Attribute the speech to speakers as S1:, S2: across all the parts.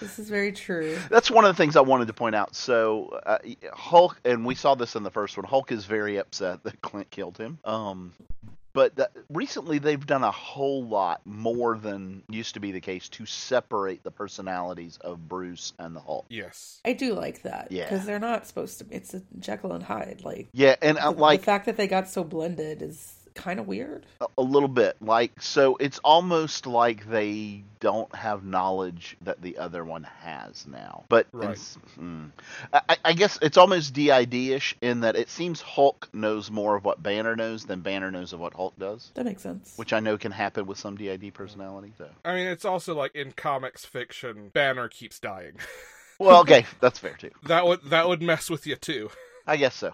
S1: this is very true.
S2: That's one of the things I wanted to point out. So uh, Hulk, and we saw this in the first one. Hulk is very upset that Clint killed him. Um, but that, recently they've done a whole lot more than used to be the case to separate the personalities of Bruce and the Hulk.
S3: Yes.
S1: I do like that
S2: Yeah.
S1: because they're not supposed to. It's a Jekyll and Hyde. Like
S2: Yeah, and
S1: the,
S2: uh,
S1: the
S2: like
S1: fact that they got so blended is kind of weird.
S2: a- a little bit, like so, it's almost like they don't have knowledge that the other one has now. But
S3: Right.
S2: it's- hmm. I, I- I guess it's almost DID-ish in that it seems Hulk knows more of what Banner knows than Banner knows of what Hulk does.
S1: That makes sense.
S2: which I know can happen with some DID personality. So.
S3: I mean, it's also like in comics fiction, Banner keeps dying.
S2: Well, okay, that's fair too.
S3: that would that would mess with you too.
S2: I guess so.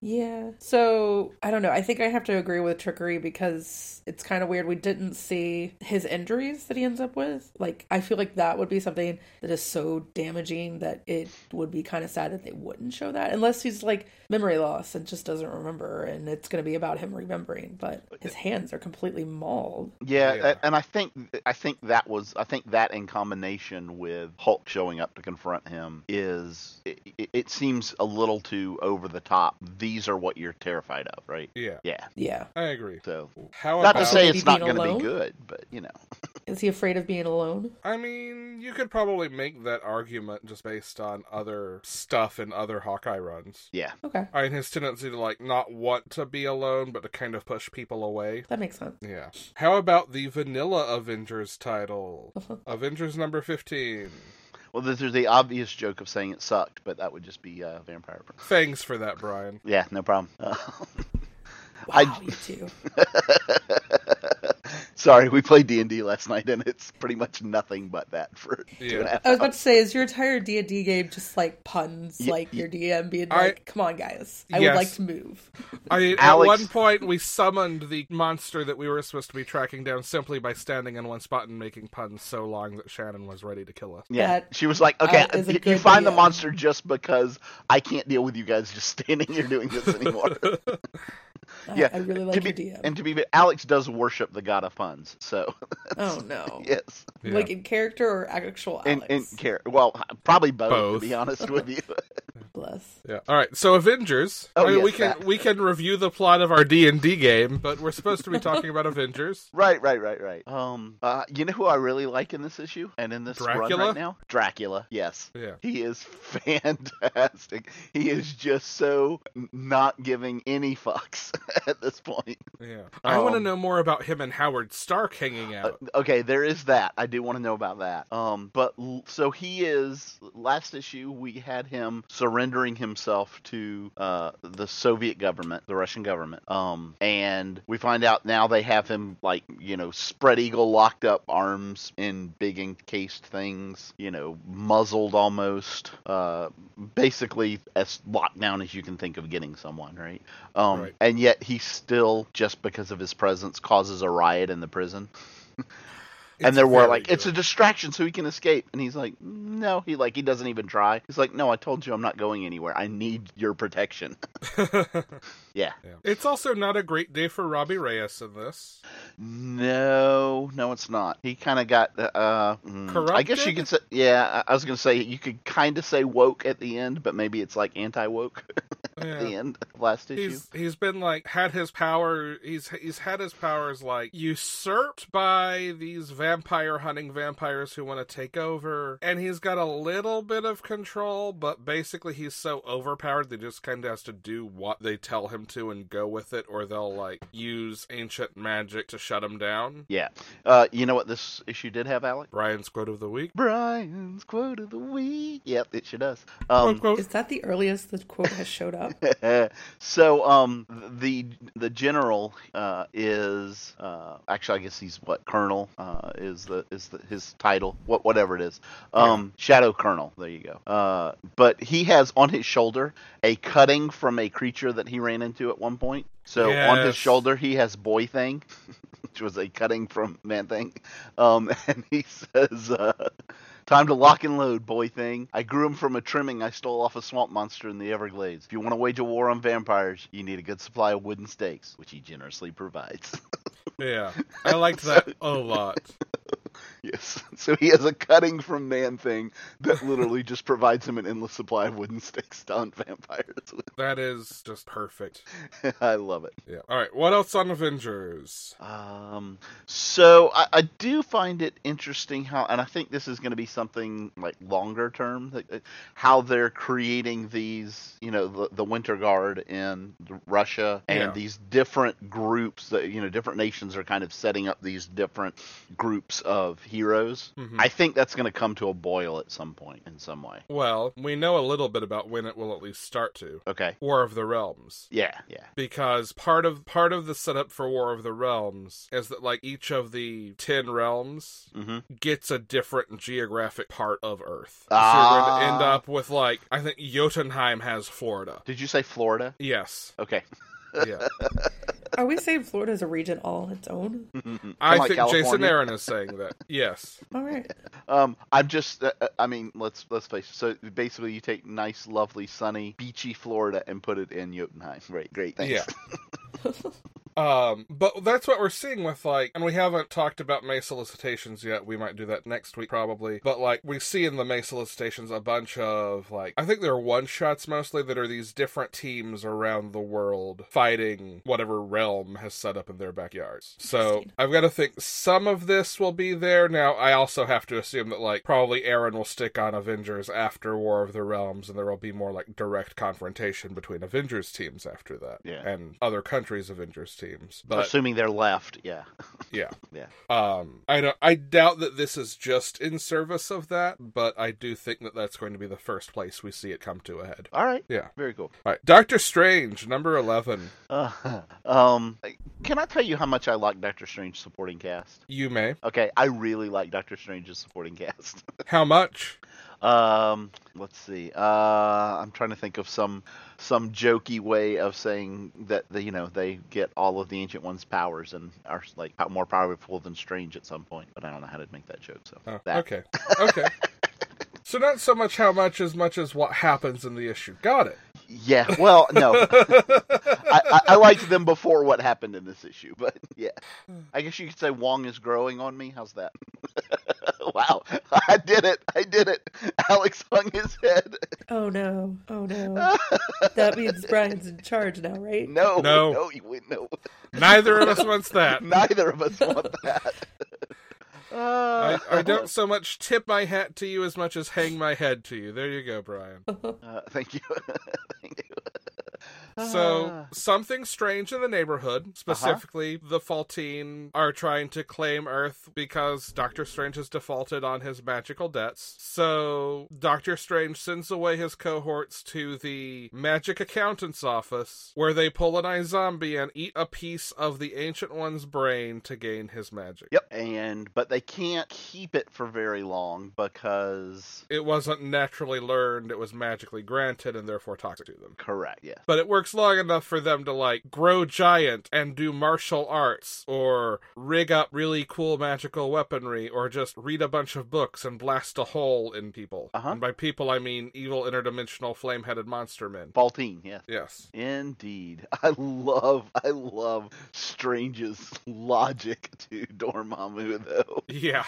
S1: Yeah. So I don't know. I think I have to agree with trickery because it's kind of weird. We didn't see his injuries that he ends up with. Like I feel like that would be something that is so damaging that it would be kind of sad that they wouldn't show that unless he's like memory loss and just doesn't remember and it's going to be about him remembering. But his hands are completely mauled.
S2: Yeah,
S3: Yeah.
S2: a- and I think I think that was I think that in combination with Hulk showing up to confront him is it, it, it seems a little too over the top. These are what you're terrified of, right?
S3: Yeah,
S2: Yeah.
S1: Yeah.
S3: I agree.
S2: So
S3: How
S2: not
S3: about
S2: to say
S1: Maybe
S2: it's not
S1: being
S2: going to
S1: alone?
S2: be good, but you know,
S1: Is he afraid of being alone?
S3: I mean, you could probably make that argument just based on other stuff in other Hawkeye runs.
S2: yeah.
S1: Okay.
S3: I mean, his tendency to like not want to be alone, but to kind of push people away.
S1: That makes sense.
S3: Yeah. How about the Vanilla Avengers title? Avengers number 15.
S2: Well, there's there's the obvious joke of saying it sucked, but that would just be uh, vampire.
S3: Thanks for that, Brian.
S2: Yeah, no problem.
S1: Wow,
S2: I-
S1: you too.
S2: Sorry, we played D and D last night, and it's pretty much nothing but that for two and a
S3: Yeah.
S2: half
S1: I was about
S2: hours.
S1: to say, is your entire D and D game just like puns,
S2: Ye-
S1: like your DM being
S3: I-
S1: like, "Come on, guys, I
S3: Yes.
S1: would like to move."
S3: I mean,
S2: Alex-
S3: At one point, we summoned the monster that we were supposed to be tracking down simply by standing in one spot and making puns so long that Shannon was ready to kill us.
S2: Yeah,
S1: that,
S2: she was like, "Okay,
S1: uh, is a
S2: you, you
S1: good
S2: find the
S1: DM.
S2: monster just because I can't deal with you guys just standing here doing this anymore."
S1: I,
S2: Yeah,
S1: I really
S2: to
S1: like
S2: be,
S1: your DM.
S2: And to be, Alex does worship the god of puns, so
S1: oh no,
S2: yes,
S3: Yeah.
S1: like in character or actual
S2: and
S1: Alex?
S2: and care. Well, probably both,
S3: Both.
S2: to be honest with you.
S1: Bless.
S3: Yeah. All right. So Avengers.
S2: Oh,
S3: I mean,
S2: yes,
S3: we can
S2: that.
S3: we can review the plot of our D and D game, but we're supposed to be talking about Avengers.
S2: Right, right, right, right. Um, uh, you know who I really like in this issue and in this run
S3: Dracula?
S2: right now? Dracula. Yes.
S3: Yeah.
S2: He is fantastic. He is just so n- not giving any fucks at this point.
S3: Yeah. I want to
S2: Um,
S3: know more about him and Howard Stark hanging
S2: Uh,
S3: out.
S2: okay, there is that. I do want to know about that. Um, but l- so he is. Last issue, we had him surrendering himself to uh, the Soviet government, the Russian government. Um, and we find out now they have him like you know spread eagle, locked up, arms in big encased things, you know, muzzled almost. Uh, basically as locked down as you can think of getting someone, right? Um,
S3: Right.
S2: And yet he still, just because of his presence, causes a riot in the prison and there were
S3: very
S2: like it's a
S3: good.
S2: distraction so he can escape and he's like no he like he doesn't even try he's like no i told you i'm not going anywhere i need your protection yeah
S3: Yeah. It's also not a great day for Robbie Reyes in this.
S2: no no it's not he kind of got uh, uh mm, i guess you
S3: Corrupted?
S2: could say yeah I, I was gonna say you could kind of say woke at the end but maybe it's like anti-woke at the
S3: Yeah.
S2: end of last issue.
S3: He's he's been like had his power he's he's had his powers like usurped by these vampire hunting vampires who want to take over and he's got a little bit of control but basically he's so overpowered that he just kind of has to do what they tell him to and go with it or they'll like use ancient magic to shut him down.
S2: Yeah. Uh, you know what this issue did have, Alec?
S3: Brian's quote of the week.
S2: Brian's quote of the week. Yep, it sure does. Um,
S3: Quote,
S1: Is that the earliest the quote has showed up?
S2: so um the the general uh is uh actually I guess he's what colonel uh is the is the, his title what whatever it is um shadow colonel there you go uh but he has on his shoulder a cutting from a creature that he ran into at one point so on his
S3: Yes.
S2: shoulder he has boy thing which was a cutting from man thing um and he says uh Time to lock and load, boy thing. I grew him from a trimming I stole off a swamp monster in the Everglades. If you want to wage a war on vampires, you need a good supply of wooden stakes, which he generously provides.
S3: yeah. I liked that a lot.
S2: yes. So he has a cutting from man thing that literally just provides him an endless supply of wooden stakes to hunt vampires with.
S3: That is just perfect.
S2: I love it.
S3: Yeah. All right. What else on Avengers?
S2: Um, so I, I do find it interesting how, and I think this is going to be something like longer term, that, that- how they're creating these, you know, the, the Winter Guard in Russia and
S3: Yeah.
S2: these different groups that, you know, different nations are kind of setting up these different groups of heroes.
S3: Mhm.
S2: I think that's going to come to a boil at some point in some way.
S3: Well, we know a little bit about when it will at least start to
S2: Okay.
S3: War of the Realms
S2: Yeah. Yeah.
S3: because part of part of the setup for War of the Realms is that like each of the 10 realms
S2: Mm-hmm.
S3: gets a different geographic part of Earth. So you're going to
S2: Ah.
S3: end up with like I think Jotunheim has Florida.
S2: Did you say Florida?
S3: Yes.
S2: Okay.
S3: Yeah.
S1: Are we saying Florida is a region all its own?
S3: I
S2: Kinda
S3: think
S2: like
S3: Jason
S2: California.
S3: Aaron is saying that. Yes.
S1: All right.
S2: Um, I'm just, uh, uh, I mean, let's let's face it. So basically, you take nice, lovely, sunny, beachy Florida and put it in Jotunheim. Great, great, thanks.
S3: Yeah. Um, but that's what we're seeing with like, and we haven't talked about May solicitations yet. We might do that next week probably. But like, we see in the May solicitations a bunch of like, I think they're one shots mostly that are these different teams around the world fighting whatever realm has set up in their backyards. So
S1: Interesting.
S3: I've got to think some of this will be there. Now I also have to assume that like probably Aaron will stick on Avengers after War of the Realms, and there will be more like direct confrontation between Avengers teams after that
S2: Yeah.
S3: and other countries' Avengers teams. But
S2: Assuming they're left, yeah.
S3: yeah,
S2: Oh, Yeah.
S3: Um, I don't. I doubt that this is just in service of that, but I do think that that's going to be the first place we see it come to a head.
S2: All right.
S3: Yeah.
S2: Very cool.
S3: All right, Doctor Strange, number eleven.
S2: Uh, um, can I tell you how much I like Doctor Strange's supporting cast?
S3: You may.
S2: Okay, I really like Doctor Strange's supporting cast.
S3: How much?
S2: Um, let's see. Uh, I'm trying to think of some some jokey way of saying that the, you know they get all of the ancient ones' powers and are like po- more powerful than Strange at some point, but I don't know how to make that joke. So
S3: Oh,
S2: that.
S3: okay. Okay. so not so much how much as much as what happens in the issue. Got it.
S2: Yeah. Well, no, I, I, I liked them before what happened in this issue, but yeah, I guess you could say Wong is growing on me. How's that? wow, I did it! I did it! Alex hung his head.
S1: Oh no. Oh no. that means Brian's in charge now, right?
S2: No,
S3: No.
S2: no, you wouldn't know.
S3: Neither of us wants that.
S2: Neither of us want that.
S3: I,
S2: Uh,
S3: I don't so much tip my hat to you as much as hang my head to you. There you go, Brian.
S2: Uh, thank you. Thank you.
S3: So
S2: Ah. Uh-huh.
S3: something strange in the neighborhood, specifically the Faltine, are trying to claim Earth because Doctor Strange has defaulted on his magical debts. So Doctor Strange sends away his cohorts to the magic accountant's office, where they pull an eye zombie and eat a piece of the ancient one's brain to gain his magic.
S2: Yep. And but they can't keep it for very long because
S3: It wasn't naturally learned; it was magically granted, and therefore toxic to them.
S2: correct. Yes.
S3: but it works long enough for them to like grow giant and do martial arts or rig up really cool magical weaponry or just read a bunch of books and blast a hole in people.
S2: Uh-huh.
S3: And by people I mean evil interdimensional flame-headed monster men.
S2: Faultine. Yes.
S3: Yes.
S2: Indeed. I love. I love Strange's logic to Dormammu though.
S3: Yeah.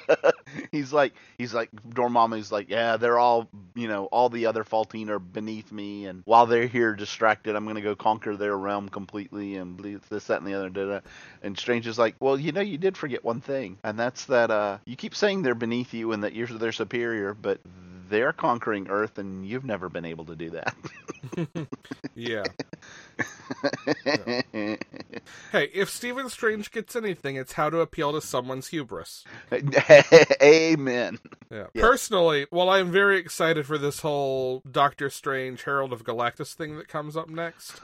S2: he's like he's like Dormammu's like, yeah, they're all you know, all the other Faltine are beneath me, and while they're here distracted, I'm going to go conquer their realm completely and ble- this, that, and the other. Da, da. And Strange is like, well, you know, you did forget one thing, and that's that uh, you keep saying they're beneath you and that you're their superior, but they're conquering Earth, and you've never been able to do that.
S3: Yeah. Hey, if Stephen Strange gets anything, it's how to appeal to someone's hubris.
S2: Amen.
S3: Yeah.
S2: Yeah.
S3: Personally, while I'm very excited for this whole Doctor Strange Herald of Galactus thing that comes up next,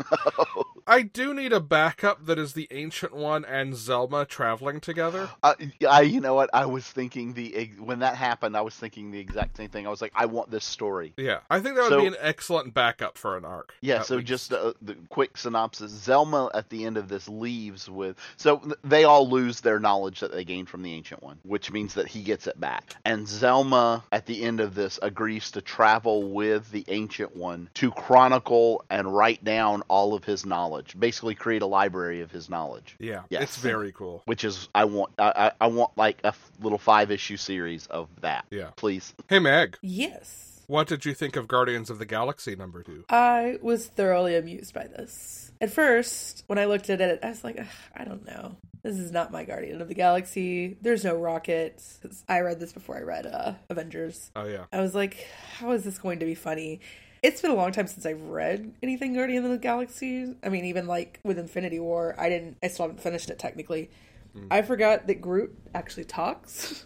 S3: I do need a backup that is the Ancient One and Zelma traveling together.
S2: I, I, you know what? I was thinking the ex- when that happened, I was thinking the exact same thing. I was like, I want this story.
S3: Yeah, I think that would
S2: So-
S3: be an excellent backup for an arc.
S2: Yeah,
S3: at
S2: so
S3: least.
S2: just uh, the quick synopsis. Zelma at the end of this leaves with. So th- they all lose their knowledge that they gained from the Ancient One, which means that he gets it back. And Zelma at the end of this agrees to travel with the Ancient One to chronicle and write down all of his knowledge, basically, create a library of his knowledge.
S3: yeah,
S2: Yes.
S3: it's very cool.
S2: Which is, I want, I, I I want like a f- little five issue series of that.
S3: Yeah.
S2: Please.
S3: Hey, Meg,
S1: Yes.
S3: what did you think of Guardians of the Galaxy number two?
S1: I was thoroughly amused by this. At first, when I looked at it, I was like, "Ugh, I don't know. This is not my Guardian of the Galaxy. There's no rocket. 'Cause I read this before I read uh, Avengers.
S3: Oh yeah,
S1: I was like, how is this going to be funny? It's been a long time since I've read anything Guardian of the Galaxy. I mean, even like with Infinity War, I didn't, I still haven't finished it technically.
S3: Mm.
S1: I forgot that Groot actually talks,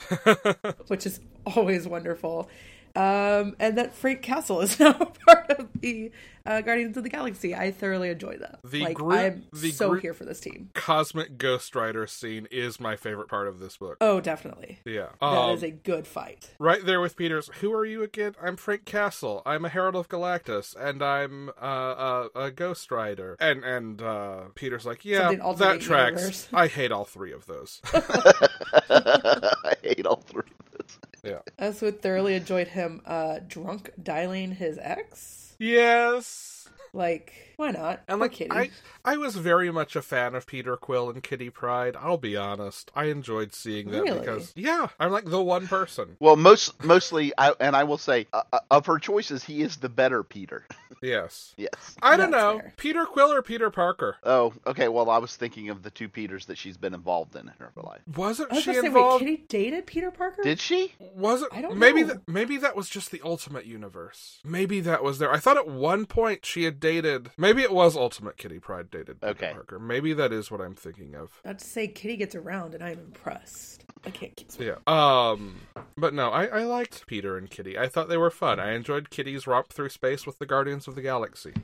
S1: which is always wonderful. Um, and that Frank Castle is now a part of the uh, Guardians of the Galaxy. I thoroughly enjoy that.
S3: The
S1: like,
S3: Groot-
S1: I'm
S3: the
S1: so
S3: Groot-
S1: here for this team.
S3: cosmic Ghost Rider scene is my favorite part of this book.
S1: Oh, definitely.
S3: yeah,
S1: That
S3: Um,
S1: is a good fight.
S3: right there with Peter's. Who are you again? I'm Frank Castle. I'm a Herald of Galactus, and I'm uh, uh, a Ghost Rider. And and uh, Peter's like, yeah,
S1: Something alternate
S3: that tracks.
S1: universe.
S3: I hate all three of those.
S2: I hate all three of those.
S3: yeah.
S1: I also thoroughly enjoyed him uh, drunk dialing his ex.
S3: Yes.
S1: Like, why not?
S3: And
S1: Poor
S3: like
S1: Kitty.
S3: I, I was very much a fan of Peter Quill and Kitty Pride. I'll be honest, I enjoyed seeing that
S1: Really?
S3: because yeah, I'm like the one person.
S2: Well, most mostly, I, and I will say, uh, uh, of her choices, he is the better Peter.
S3: Yes,
S2: Yes.
S3: I don't
S1: That's
S3: know,
S1: fair.
S3: Peter Quill or Peter Parker.
S2: Oh, okay. Well, I was thinking of the two Peters that she's been involved in in her life.
S3: Wasn't
S1: I was
S3: she
S1: gonna say,
S3: involved?
S1: wait, Kitty dated Peter Parker?
S2: Did she?
S3: Was it?
S1: I don't
S3: maybe
S1: know.
S3: Th- maybe that was just the Ultimate Universe. Maybe that was there. I thought at one point she had dated. Maybe it was Ultimate Kitty Pride dated Peter
S2: Okay.
S3: Parker. Maybe that is what I'm thinking of.
S1: Not to say Kitty gets around, and I'm impressed. I can't keep.
S3: Yeah. Um. But no, I I liked Peter and Kitty. I thought they were fun. I enjoyed Kitty's romp through space with the Guardians of the Galaxy.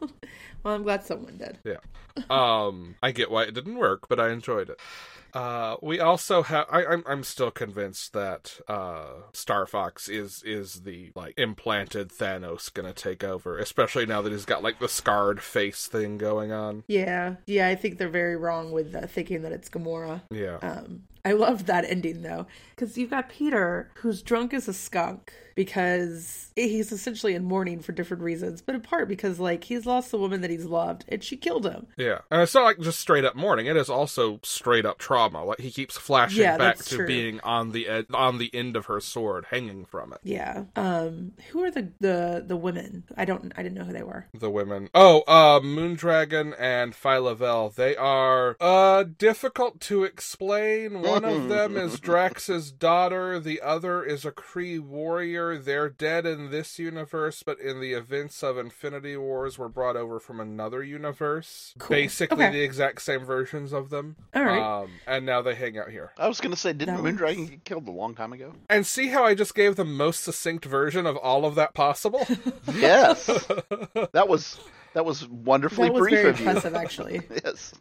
S1: Well, I'm glad someone did.
S3: Yeah. Um. I get why it didn't work, but I enjoyed it. Uh, we also have. I, I'm I'm still convinced that uh, Star Fox is is the like implanted Thanos gonna take over, especially now that he's got like the scarred face thing going on.
S1: Yeah, yeah. I think they're very wrong with uh, thinking that it's Gamora.
S3: Yeah.
S1: Um, I love that ending though, because you've got Peter who's drunk as a skunk because he's essentially in mourning for different reasons, but in part because like he's lost the woman that he's loved and she killed him.
S3: Yeah. And it's not like just straight up mourning. It is also straight up trauma. Like he keeps flashing
S1: Yeah,
S3: back
S1: that's
S3: to
S1: true.
S3: being on the ed- on the end of her sword, hanging from it.
S1: Yeah. Um, who are the the the women? I don't. I didn't know who they were.
S3: The women. Oh, uh, Moondragon and Phylavel. They are uh difficult to explain. One of them is Drax's daughter. The other is a Kree warrior. They're dead in this universe, but in the events of Infinity Wars, were brought over from another universe.
S1: Cool.
S3: Basically,
S1: Okay.
S3: the exact same versions of them.
S1: All right.
S3: Um, and now they hang out here.
S2: I was gonna say, didn't
S1: That
S2: Moondragon
S1: was-
S2: get killed a long time ago?
S3: And see how I just gave the most succinct version of all of that possible?
S2: Yes. that was that was wonderfully
S1: That was
S2: brief
S1: very
S2: of you.
S1: impressive, actually.
S2: Yes.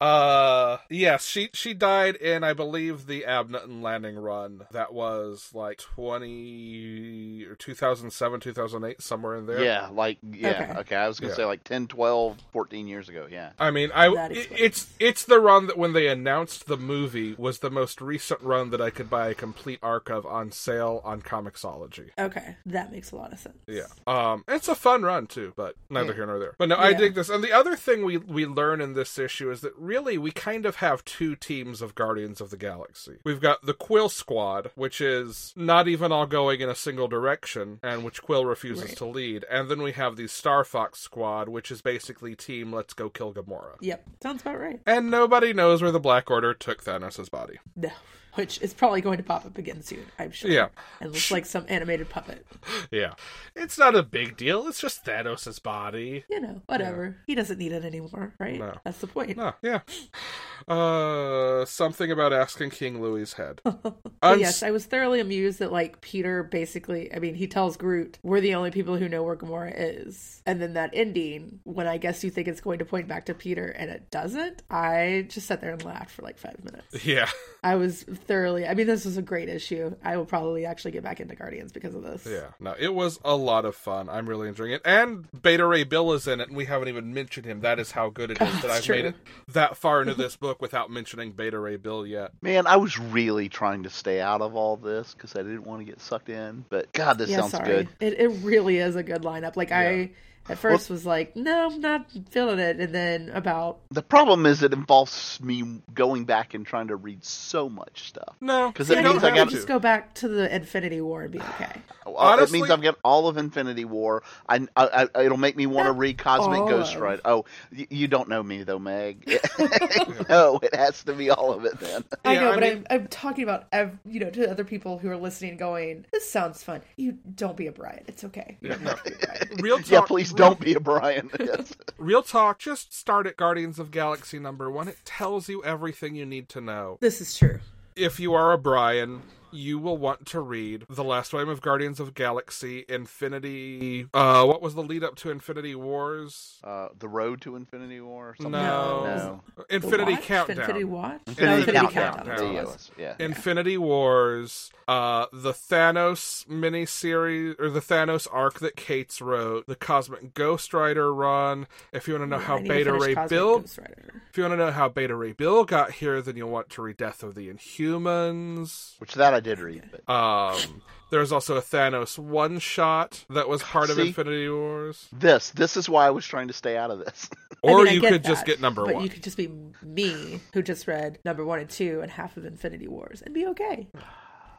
S3: Uh, yes, she she died in I believe the Abnetton Landing run. That was like twenty or two thousand seven, two thousand eight, somewhere in there.
S2: Yeah. Like yeah. Okay.
S1: Okay.
S2: I was gonna
S3: Yeah.
S2: say like 10, 12, 14 years ago. Yeah.
S3: I mean, I
S1: That
S3: it-
S1: explains.
S3: it's it's the run that when they announced the movie was the most recent run that I could buy a complete arc of on sale on Comixology.
S1: Okay, that makes a lot of sense.
S3: Yeah, um, it's a fun run too, but neither
S1: Yeah.
S3: here nor or there. But no, I
S1: Mm. Yeah.
S3: dig this. And the other thing we we learn in this issue is that really we kind of have two teams of Guardians of the Galaxy. We've got the Quill Squad, which is not even all going in a single direction, and which Quill refuses
S1: Right.
S3: to lead. And then we have the Star Fox Squad, which is basically Team Let's Go Kill Gamora.
S1: Yep, sounds about right.
S3: And nobody knows where the Black Order took Thanos' body.
S1: No, which is probably going to pop up again soon. I'm sure.
S3: Yeah.
S1: it looks like some animated puppet.
S3: Yeah. It's not a big deal. It's just Thanos' body.
S1: You know, whatever. He doesn't need it anymore, right?
S3: No.
S1: That's the point.
S3: No, Ah, yeah. Uh, something about asking King Louis's head.
S1: But
S3: I'm
S1: yes, I was thoroughly amused that like Peter basically, I mean, he tells Groot, "We're the only people who know where Gamora is," and then that ending when I guess you think it's going to point back to Peter and it doesn't. I just sat there and laughed for like five minutes.
S3: Yeah,
S1: I was thoroughly. I mean, this was a great issue. I will probably actually get back into Guardians because of this.
S3: yeah. No, it was a lot of fun. I'm really enjoying it. And Beta Ray Bill is in it, and we haven't even mentioned him. That is how good it is that
S1: That's
S3: I've made
S1: true.
S3: it that far into this book without mentioning Beta Ray Bill yet.
S2: Man, I was really trying to stay out of all this because I didn't want to get sucked in. But God, this
S1: yeah,
S2: sounds
S1: sorry.
S2: good.
S1: It it really is a good lineup. Like I at first was like, no, I'm not feeling it, and then about
S2: The problem is, it involves me going back and trying to read so much stuff.
S3: No,
S2: 'Cause
S3: you
S2: it
S1: yeah,
S2: means
S1: you
S3: don't
S2: I
S1: probably
S3: have
S2: got-
S1: just
S3: to.
S1: go back to the Infinity War and be okay.
S2: Well,
S3: Honestly-
S2: Oh, it means I've got all of Infinity War. I, I, I it'll make me want to
S1: Not
S2: read Cosmic
S1: all
S2: Ghost
S1: of.
S2: Rider. Oh, you, you don't know me though, Meg. no, it has to be all of it then.
S1: I
S3: Yeah,
S1: know,
S3: I
S1: but
S3: mean-
S1: I'm, I'm talking about ev- you know to other people who are listening, going, "This sounds fun." You don't be a Brian. It's okay. You don't have to be a Brian.
S3: Real
S2: yeah,
S3: talk-
S2: please
S3: real-
S2: don't be a Brian. Yes.
S3: Real talk. Just start at Guardians of Galaxy number one. It tells you everything you need to know.
S1: This is true.
S3: if you are a Brian, you will want to read The Last Volume of Guardians of Galaxy, Infinity. Uh, what was the lead up to Infinity Wars?
S2: uh, the Road to Infinity War. Or something?
S3: No.
S2: no.
S1: The
S3: Infinity
S1: Watch?
S3: Countdown.
S1: Infinity Watch.
S3: Infinity
S2: Countdown.
S3: Countdown.
S1: that's what it
S2: Yeah,
S1: was.
S2: Yeah.
S3: Infinity Wars, uh, the Thanos miniseries or the Thanos arc that Kate's wrote, the Cosmic Ghost Rider run. If you want to know
S1: I
S3: how
S1: need to
S3: Beta
S1: finish
S3: Ray
S1: Cosmic
S3: Bill,
S1: Ghost Rider.
S3: if you want to know how Beta Ray Bill got here, then you'll want to read Death of the Inhumans.
S2: Which that I did read, but
S3: Um, there's also a Thanos one shot that was part of
S2: See?
S3: Infinity Wars.
S2: this this is why I was trying to stay out of this.
S1: I
S3: Or
S1: mean, I
S3: you
S1: get
S3: could just
S1: that,
S3: get number
S1: but
S3: one.
S1: You could just be me who just read number one and two and half of Infinity Wars and be okay. But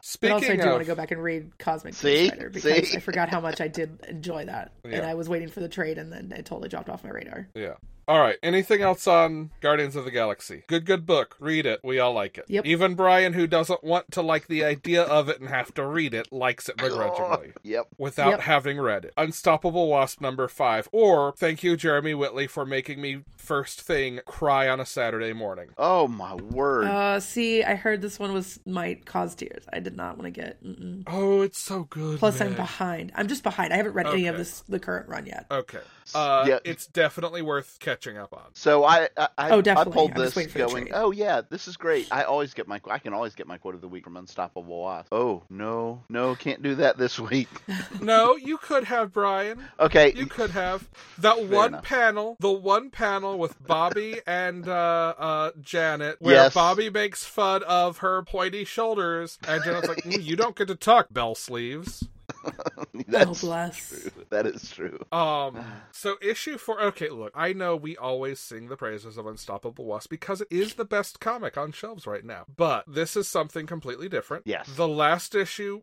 S3: Speaking
S1: also, I do
S3: of,
S1: want to go back and read Cosmic
S2: See?
S1: Ghost Rider because
S2: See?
S1: I forgot how much I did enjoy that,
S3: Yeah.
S1: and I was waiting for the trade, and then it totally dropped off my radar.
S3: yeah. All right. Anything else on Guardians of the Galaxy? Good, good book. Read it. We all like it.
S1: Yep.
S3: Even Brian, who doesn't want to like the idea of it and have to read it, likes it begrudgingly.
S2: yep.
S3: Without
S1: Yep.
S3: having read it. Unstoppable Wasp number five. Or thank you, Jeremy Whitley, for making me first thing cry on a Saturday morning.
S2: Oh my
S3: Hmm.
S2: word.
S1: Uh, see, I heard this one was might cause tears. I did not want to get. Mm-mm.
S3: Oh, it's so good.
S1: Plus, I'm
S3: man.
S1: behind. I'm just behind. I haven't read any of
S3: Okay.
S1: this the current run yet.
S3: Okay. Uh,
S2: Yeah.
S3: It's definitely worth catching up on.
S2: so I, I, I,
S1: Oh, definitely.
S2: I pulled
S1: I'm just
S2: this
S1: waiting for the
S2: going.
S1: trade.
S2: Oh yeah, this is great. I always get my I can always get my quote of the week from Unstoppable Wasp. Oh no, no, can't do that this week.
S3: No, you could have, Brian.
S2: Okay,
S3: You could have that one
S2: enough.
S3: panel, the one panel with Bobby and uh, uh, Janet, where
S2: Yes.
S3: Bobby makes fun of her pointy shoulders, and Janet's like, "Mm, "You don't get to talk, bell sleeves."
S2: that's
S1: oh bless.
S2: true. That is true.
S3: Um, so issue four. Okay, look, I know we always sing the praises of Unstoppable Wasp because it is the best comic on shelves right now, but this is something completely different.
S2: Yes.
S3: The last issue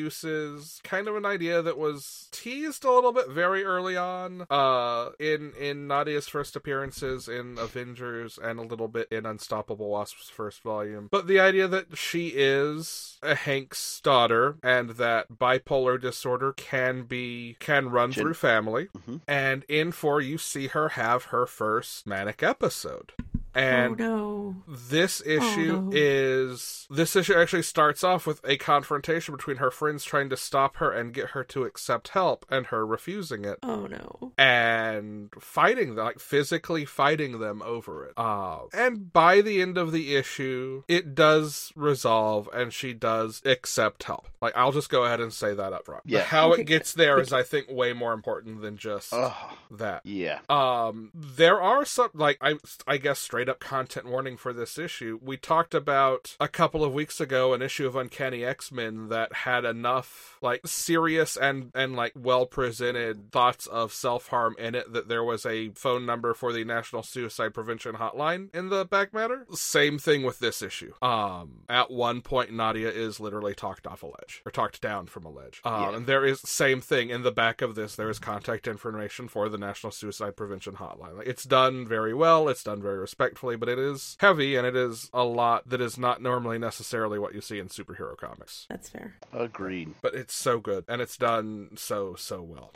S3: introduces kind of an idea that was teased a little bit very early on, uh, in in Nadia's first appearances in Avengers and a little bit in Unstoppable Wasp's first volume. But the idea that she is a Hank's daughter and that bipolar disorder can be can run
S2: Gen-
S3: through family.
S2: Mhm.
S3: And in four, you see her have her first manic episode. And
S1: oh no.
S3: this issue
S1: Oh, no.
S3: is this issue actually starts off with a confrontation between her friends trying to stop her and get her to accept help and her refusing it
S1: Oh no.
S3: and fighting them, like physically fighting them over it. Uh, and by the end of the issue, it does resolve and she does accept help. Like, I'll just go ahead and say that up front.
S2: Yeah.
S3: How
S1: Okay.
S3: it gets there is, I think, way more important than just
S2: Oh
S3: that
S2: yeah.
S3: um there are some like i i guess straight up content warning for this issue. We talked about a couple of weeks ago an issue of Uncanny X Men that had enough like serious and and like well presented thoughts of self harm in it that there was a phone number for the National Suicide Prevention Hotline in the back matter. Same thing with this issue. Um, at one point Nadia is literally talked off a ledge or talked down from a ledge. Um,
S2: Yeah.
S3: and there is same thing in the back of this. There is contact information for the National Suicide Prevention Hotline. Like, it's done very well. It's done very respectfully, but it is heavy and it is a lot that is not normally necessarily what you see in superhero comics.
S1: That's fair.
S2: Agreed.
S3: But it's so good and it's done so so well.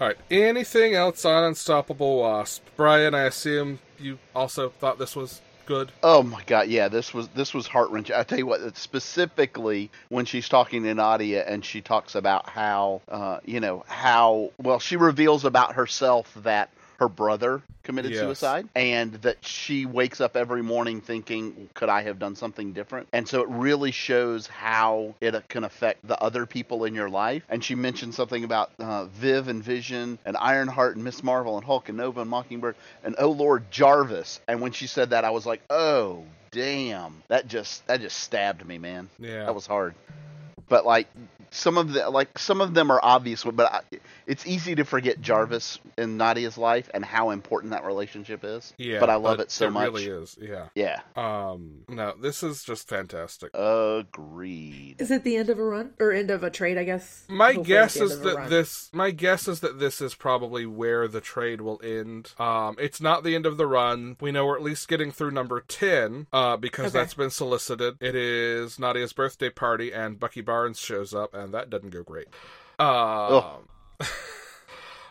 S3: All right. Anything else on Unstoppable Wasp? Brian, I assume you also thought this was good.
S2: Oh my god, yeah, this was this was heart wrenching. I tell you what, specifically when she's talking to Nadia and she talks about how, uh, you know, how well she reveals about herself that her brother committed
S3: Yes.
S2: suicide and that she wakes up every morning thinking could i have done something different and so it really shows how it uh, can affect the other people in your life and she mentioned something about uh, viv and vision and ironheart and miss marvel and hulk and nova and mockingbird and oh lord jarvis and when she said that i was like oh damn that just that just stabbed me man
S3: Yeah.
S2: that was hard but like some of the like some of them are obvious but I, it's easy to forget jarvis in nadia's life and how important that relationship is
S3: yeah,
S2: but i love it so
S3: it
S2: much
S3: really is. Yeah.
S2: yeah
S3: Um no, this is just fantastic.
S2: agreed
S1: Is it the end of a run or end of a trade? I guess.
S3: my
S1: Hopefully
S3: guess
S1: it's the
S3: is
S1: end of a
S3: that
S1: run.
S3: this my guess is that this is probably where the trade will end um it's not the end of the run we know we're at least getting through number 10 uh because
S1: Okay.
S3: that's been solicited it is nadia's birthday party and bucky barnes shows up and that doesn't go great um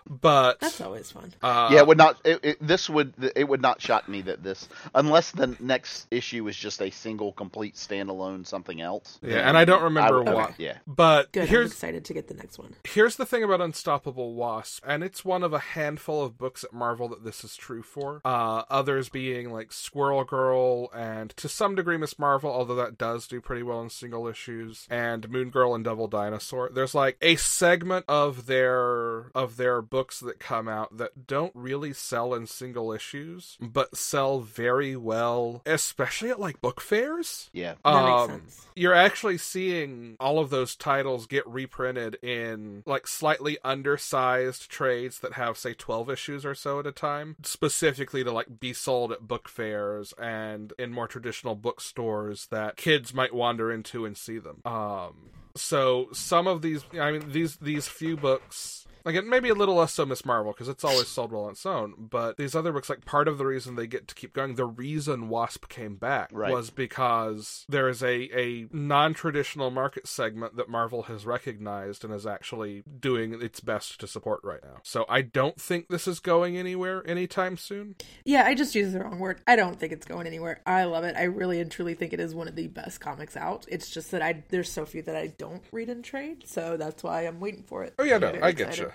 S3: but
S1: That's always fun.
S3: uh,
S2: yeah it would not it, it, this would it would not shock me that this unless the next issue is just a single complete standalone something else
S3: Yeah, and I don't remember
S2: would-
S3: what.
S2: yeah
S3: but
S1: Good. I'm
S3: here's
S1: excited to get the next one.
S3: Here's the thing about Unstoppable Wasp, and it's one of a handful of books at Marvel that this is true for. Uh, others being like Squirrel Girl and to some degree Miss Marvel, although that does do pretty well in single issues, and Moon Girl and Devil Dinosaur. There's like a segment of their of their books that come out that don't really sell in single issues, but sell very well, especially at like book fairs.
S2: yeah
S1: That makes sense.
S3: Um, You're actually seeing all of those titles get reprinted in like slightly undersized trades that have, say, 12 issues or so at a time, specifically to like be sold at book fairs and in more traditional bookstores that kids might wander into and see them. Um, so some of these, I mean, these these few books like it maybe a little less so Miss Marvel because it's always sold well on its own. But these other books, like part of the reason they get to keep going, the reason Wasp came back
S2: Right.
S3: was because there is a a non traditional market segment that Marvel has recognized and is actually doing its best to support right now. So I don't think this is going anywhere anytime soon.
S1: Yeah, I just used the wrong word. I don't think it's going anywhere. I love it. I really and truly think it is one of the best comics out. It's just that I there's so few that I don't read and trade, so that's why I'm waiting for it.
S3: Oh yeah,
S1: I'm
S3: no,
S1: very
S3: I get
S1: excited.
S3: you.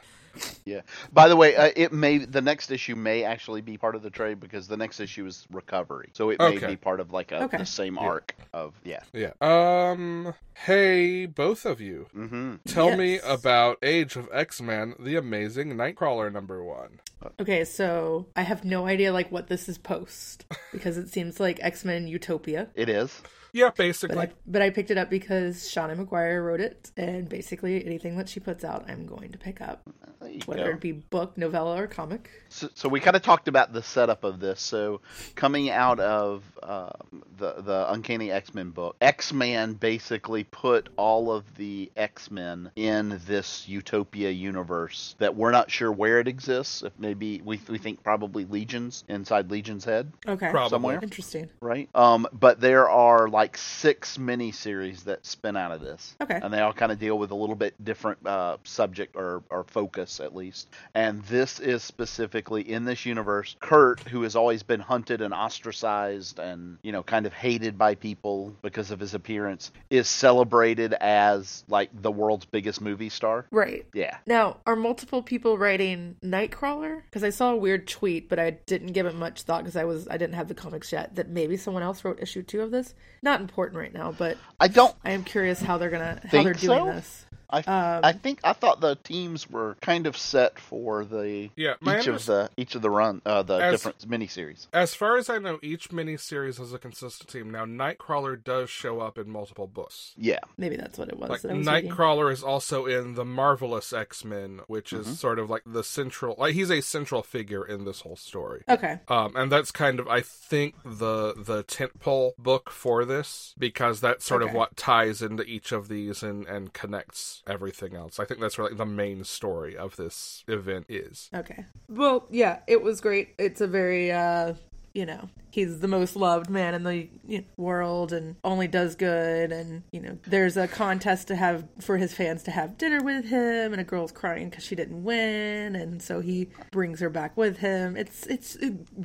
S2: Yeah. By the way, uh, it may the next issue may actually be part of the trade because the next issue is recovery, so it may
S3: Okay.
S2: be part of like a,
S1: Okay.
S2: the same arc of yeah.
S3: Yeah. Um. Hey, both of you,
S2: Mm-hmm.
S3: tell me
S1: Yes.
S3: about Age of X Men: The Amazing Nightcrawler number one.
S1: Okay, so I have no idea like what this is post because it seems like X Men Utopia.
S2: It is.
S3: Yeah,
S1: But
S3: basically.
S1: I, but I picked it up because Shauna McGuire wrote it, and basically anything that she puts out, I'm going to pick up,
S2: There you
S1: whether
S2: go.
S1: it be book, novella, or comic.
S2: So, so we kind of talked about the setup of this. So coming out of uh, the the Uncanny X Men book, X Man basically put all of the X Men in this utopia universe that we're not sure where it exists. If maybe we we think probably Legions inside Legion's head.
S1: Okay,
S3: Probably.
S2: Somewhere.
S1: interesting.
S2: right? Um, but there are like six miniseries that spin out of this.
S1: Okay.
S2: And they all kind of deal with a little bit different uh, subject or, or focus, at least. And this is specifically in this universe. Kurt, who has always been hunted and ostracized and, you know, kind of hated by people because of his appearance, is celebrated as like the world's biggest movie star.
S1: Right.
S2: Yeah.
S1: Now, are multiple people writing Nightcrawler? Because I saw a weird tweet, but I didn't give it much thought because I was I didn't have the comics yet. That maybe someone else wrote issue two of this. Not important right now, but
S2: I don't
S1: I am curious how they're gonna how
S2: Think
S1: they're doing
S2: so?
S1: this.
S2: I
S1: Um,
S2: I think I thought the teams were kind of set for the
S3: Yeah, my
S2: each
S3: under-
S2: of the each of the run uh, the
S3: As-
S2: different miniseries.
S3: as far as I know, each miniseries has a consistent team. Now, Nightcrawler does show up in multiple books.
S2: Yeah,
S1: Maybe that's what it was.
S3: Like
S1: that I was reading.
S3: Nightcrawler is also in the Marvelous X Men, which is
S2: Mhm.
S3: sort of like the central, like he's a central figure in this whole story.
S1: Okay.
S3: Um, and that's kind of, I think, the the tentpole book for this because that's sort of
S1: Okay.
S3: what ties into each of these and and connects everything else. I think that's where like the main story of this event is.
S1: Okay. Well, yeah, it was great. It's a very, uh, you know, he's the most loved man in the you know, world and only does good. And, you know, there's a contest to have for his fans to have dinner with him, and a girl's crying because she didn't win. And so he brings her back with him. It's, it's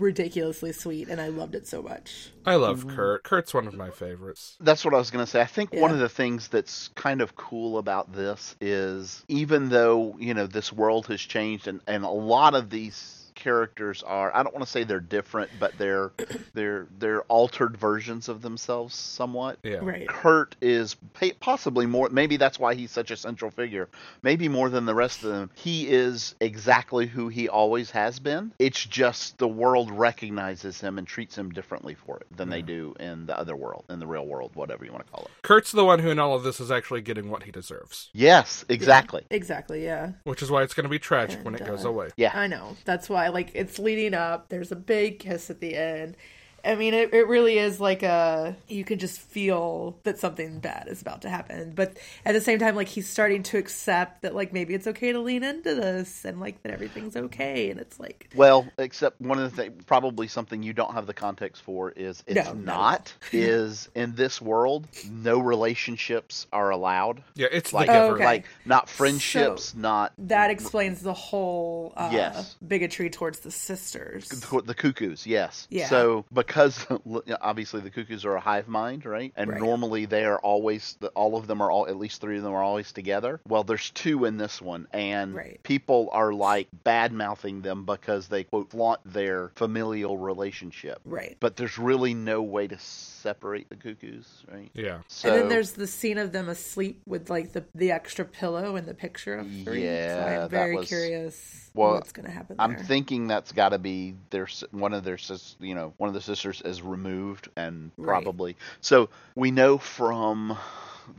S1: ridiculously sweet, and I loved it so much.
S3: I love
S1: Mm-hmm.
S3: Kurt. Kurt's one of my favorites.
S2: that's what I was gonna say. I think one
S1: Yeah.
S2: of the things that's kind of cool about this is even though you know this world has changed and and a lot of these characters are I don't want to say they're different, but they're they're they're altered versions of themselves somewhat.
S3: Yeah.
S1: Right.
S2: Kurt is pa- possibly more. Maybe that's why he's such a central figure. Maybe more than the rest of them. He is exactly who he always has been. It's just the world recognizes him and treats him differently for it than
S1: Hmm.
S2: they do in the other world, in the real world, whatever you want to call it.
S3: Kurt's the one who, in all of this, is actually getting what he deserves,
S2: Yes, exactly.
S1: Exactly. Yeah.
S3: which is why it's going to be tragic when it
S1: And,
S3: goes
S1: uh,
S3: away.
S2: Yeah.
S1: I know. That's why, like, it's leading up. There's a big kiss at the end. I mean, it, it really is like a. You can just feel that something bad is about to happen. But at the same time, like, he's starting to accept that, like, maybe it's okay to lean into this and, like, that everything's okay. And it's like.
S2: Well, except one of the things, probably something you don't have the context for is it's
S1: No, not at
S2: not, is in this world, no relationships are allowed.
S3: Yeah, it's
S2: Like,
S3: the giver.
S1: Okay.
S2: like not friendships, not
S1: That explains the whole uh,
S2: Yes.
S1: bigotry towards the sisters.
S2: Co- the cuckoos yes
S1: Yeah.
S2: so because obviously the cuckoos are a hive mind right and
S1: Right.
S2: normally they are always the- all of them are all at least three of them are always together well there's two in this one and
S1: Right.
S2: people are like bad mouthing them because they quote flaunt their familial relationship
S1: Right.
S2: but there's really no way to separate the cuckoos right
S3: Yeah.
S2: so
S1: and then there's the scene of them asleep with like the the extra pillow and the picture of three. so
S2: Yeah,
S1: I'm
S2: that
S1: very
S2: was-
S1: curious
S2: Well,
S1: what's going to happen.
S2: I'm
S1: there.
S2: thinking that's got to be their s- one of their sis, you know, one of the sisters is removed and
S1: Right.
S2: probably. So we know from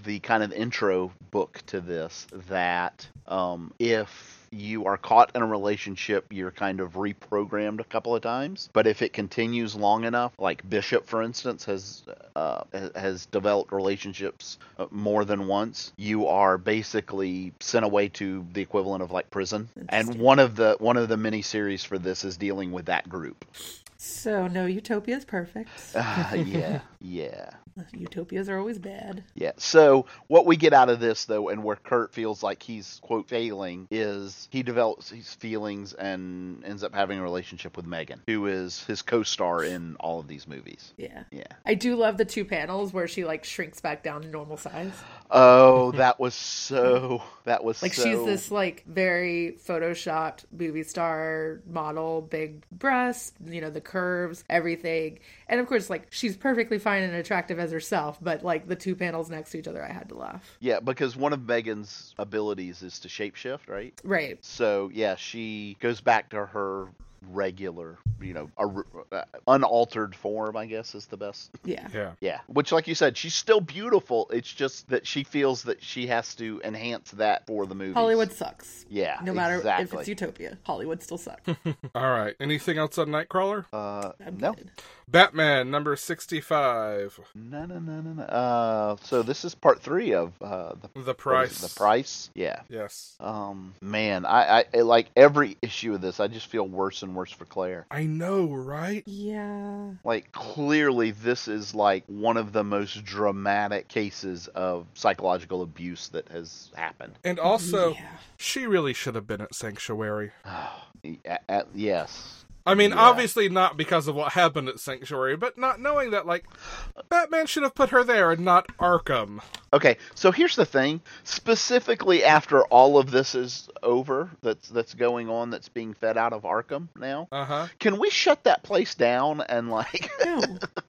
S2: the kind of intro book to this that um, if you are caught in a relationship, you're kind of reprogrammed a couple of times. But if it continues long enough, like Bishop, for instance, has uh, ha- has developed relationships uh, more than once, you are basically sent away to the equivalent of like prison. And one of the one of the mini series for this is dealing with that group.
S1: So no, utopia is perfect.
S2: Ah, yeah, yeah.
S1: Utopias are always bad.
S2: Yeah. So what we get out of this though, and where Kurt feels like he's quote failing, is he develops his feelings and ends up having a relationship with Megan, who is his co-star in all of these movies.
S1: Yeah.
S2: Yeah.
S1: I do love the two panels where she like shrinks back down to normal size.
S2: Oh, that was so. That was
S1: Like
S2: so,
S1: she's this like very photoshopped movie star model, big breasts, you know, the curves, everything. And of course, like she's perfectly fine and attractive as herself, but like the two panels next to each other I had to laugh.
S2: Yeah, because one of Megan's abilities is to shapeshift, right?
S1: Right.
S2: So yeah, she goes back to her regular, you know, a, uh, unaltered form. I guess is the best
S1: Yeah.
S3: Yeah.
S2: Yeah, which, like you said, she's still beautiful. It's just that she feels that she has to enhance that for the movie.
S1: Hollywood sucks.
S2: Yeah,
S1: No matter if
S2: exactly.
S1: it's utopia, Hollywood still sucks.
S3: All right. Anything else on Nightcrawler?
S2: Uh,
S1: I'm
S2: no,
S1: good.
S3: Batman number 65.
S2: no, no, no, no, no. Uh, so this is part three of uh, the
S3: The
S2: what
S3: price.
S2: is it, The price. Yeah.
S3: Yes.
S2: Um, man, I, I, I like every issue of this. I just feel worse and worse for Claire.
S3: I know, right?
S1: Yeah.
S2: Like clearly, this is like one of the most dramatic cases of psychological abuse that has happened.
S3: And also,
S1: Yeah.
S3: she really should have been at Sanctuary.
S2: Y- a- a- yes.
S3: I mean,
S2: Yeah.
S3: obviously not because of what happened at Sanctuary, but not knowing that, like, Batman should have put her there and not Arkham.
S2: Okay, so here's the thing. Specifically, after all of this is over, that's that's going on, that's being fed out of Arkham now.
S3: Uh huh.
S2: Can we shut that place down and like,
S1: No,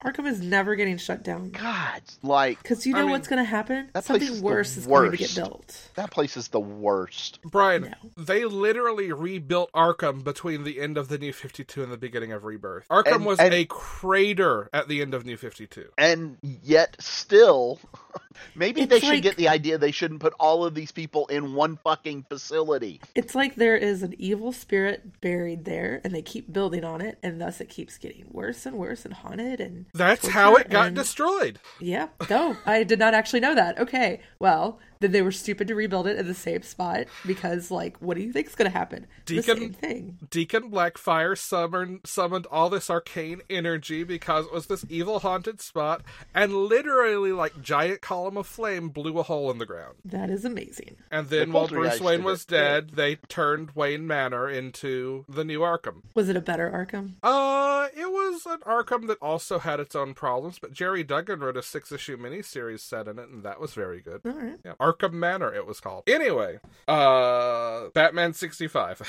S1: Arkham is never getting shut down.
S2: God, like
S1: Because you
S3: I
S1: know
S3: mean,
S1: what's going to happen?
S2: that place is
S1: Something
S2: the
S1: worse is going to get
S2: worst.
S1: built.
S2: that place is the worst.
S3: Brian,
S1: No.
S3: they literally rebuilt Arkham between the end of the New 52 and the beginning of Rebirth. Arkham
S2: And-
S3: was
S2: and-
S3: a crater at the end of New 52.
S2: And yet, still, maybe they
S1: It's
S2: should
S1: like-
S2: get the idea they shouldn't put all of these people in one fucking facility.
S1: It's like there is an evil spirit buried there, and they keep building on it, and thus it keeps getting worse and worse and haunted. And
S3: That's
S1: torture
S3: how it got
S1: and-
S3: destroyed.
S1: Yeah. No, I did not actually know that. Okay. Well, then they were stupid to rebuild it in the same spot because, like, what do you think's going to happen?
S3: Deacon-
S1: The same thing.
S3: Deacon Blackfire summoned summoned all this arcane energy because it was this evil haunted spot, and literally like giant column of flame blew a hole in the ground.
S1: That is amazing.
S3: And then
S2: The
S3: while Bruce
S2: poltergeist
S3: Wayne
S2: did
S3: was
S2: it, yeah.
S3: dead, they turned Wayne Manor into the new Arkham.
S1: Was it a better Arkham?
S3: Uh, it was an Arkham that also had its own problems, but Jerry Duggan wrote a six issue miniseries set in it, and that was very good.
S1: All right.
S3: Yeah, Arkham Manor, it was called. Anyway, uh, Batman 65.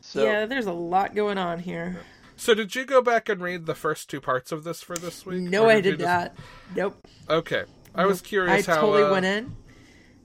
S2: So,
S1: yeah, there's a lot going on here.
S3: So did you go back and read the first two parts of this for this week?
S1: No,
S3: Or
S1: I
S3: you
S1: did
S3: just-
S1: not. Nope.
S3: Okay, I was
S1: I
S3: curious. how,
S1: totally
S3: uh,
S1: went in.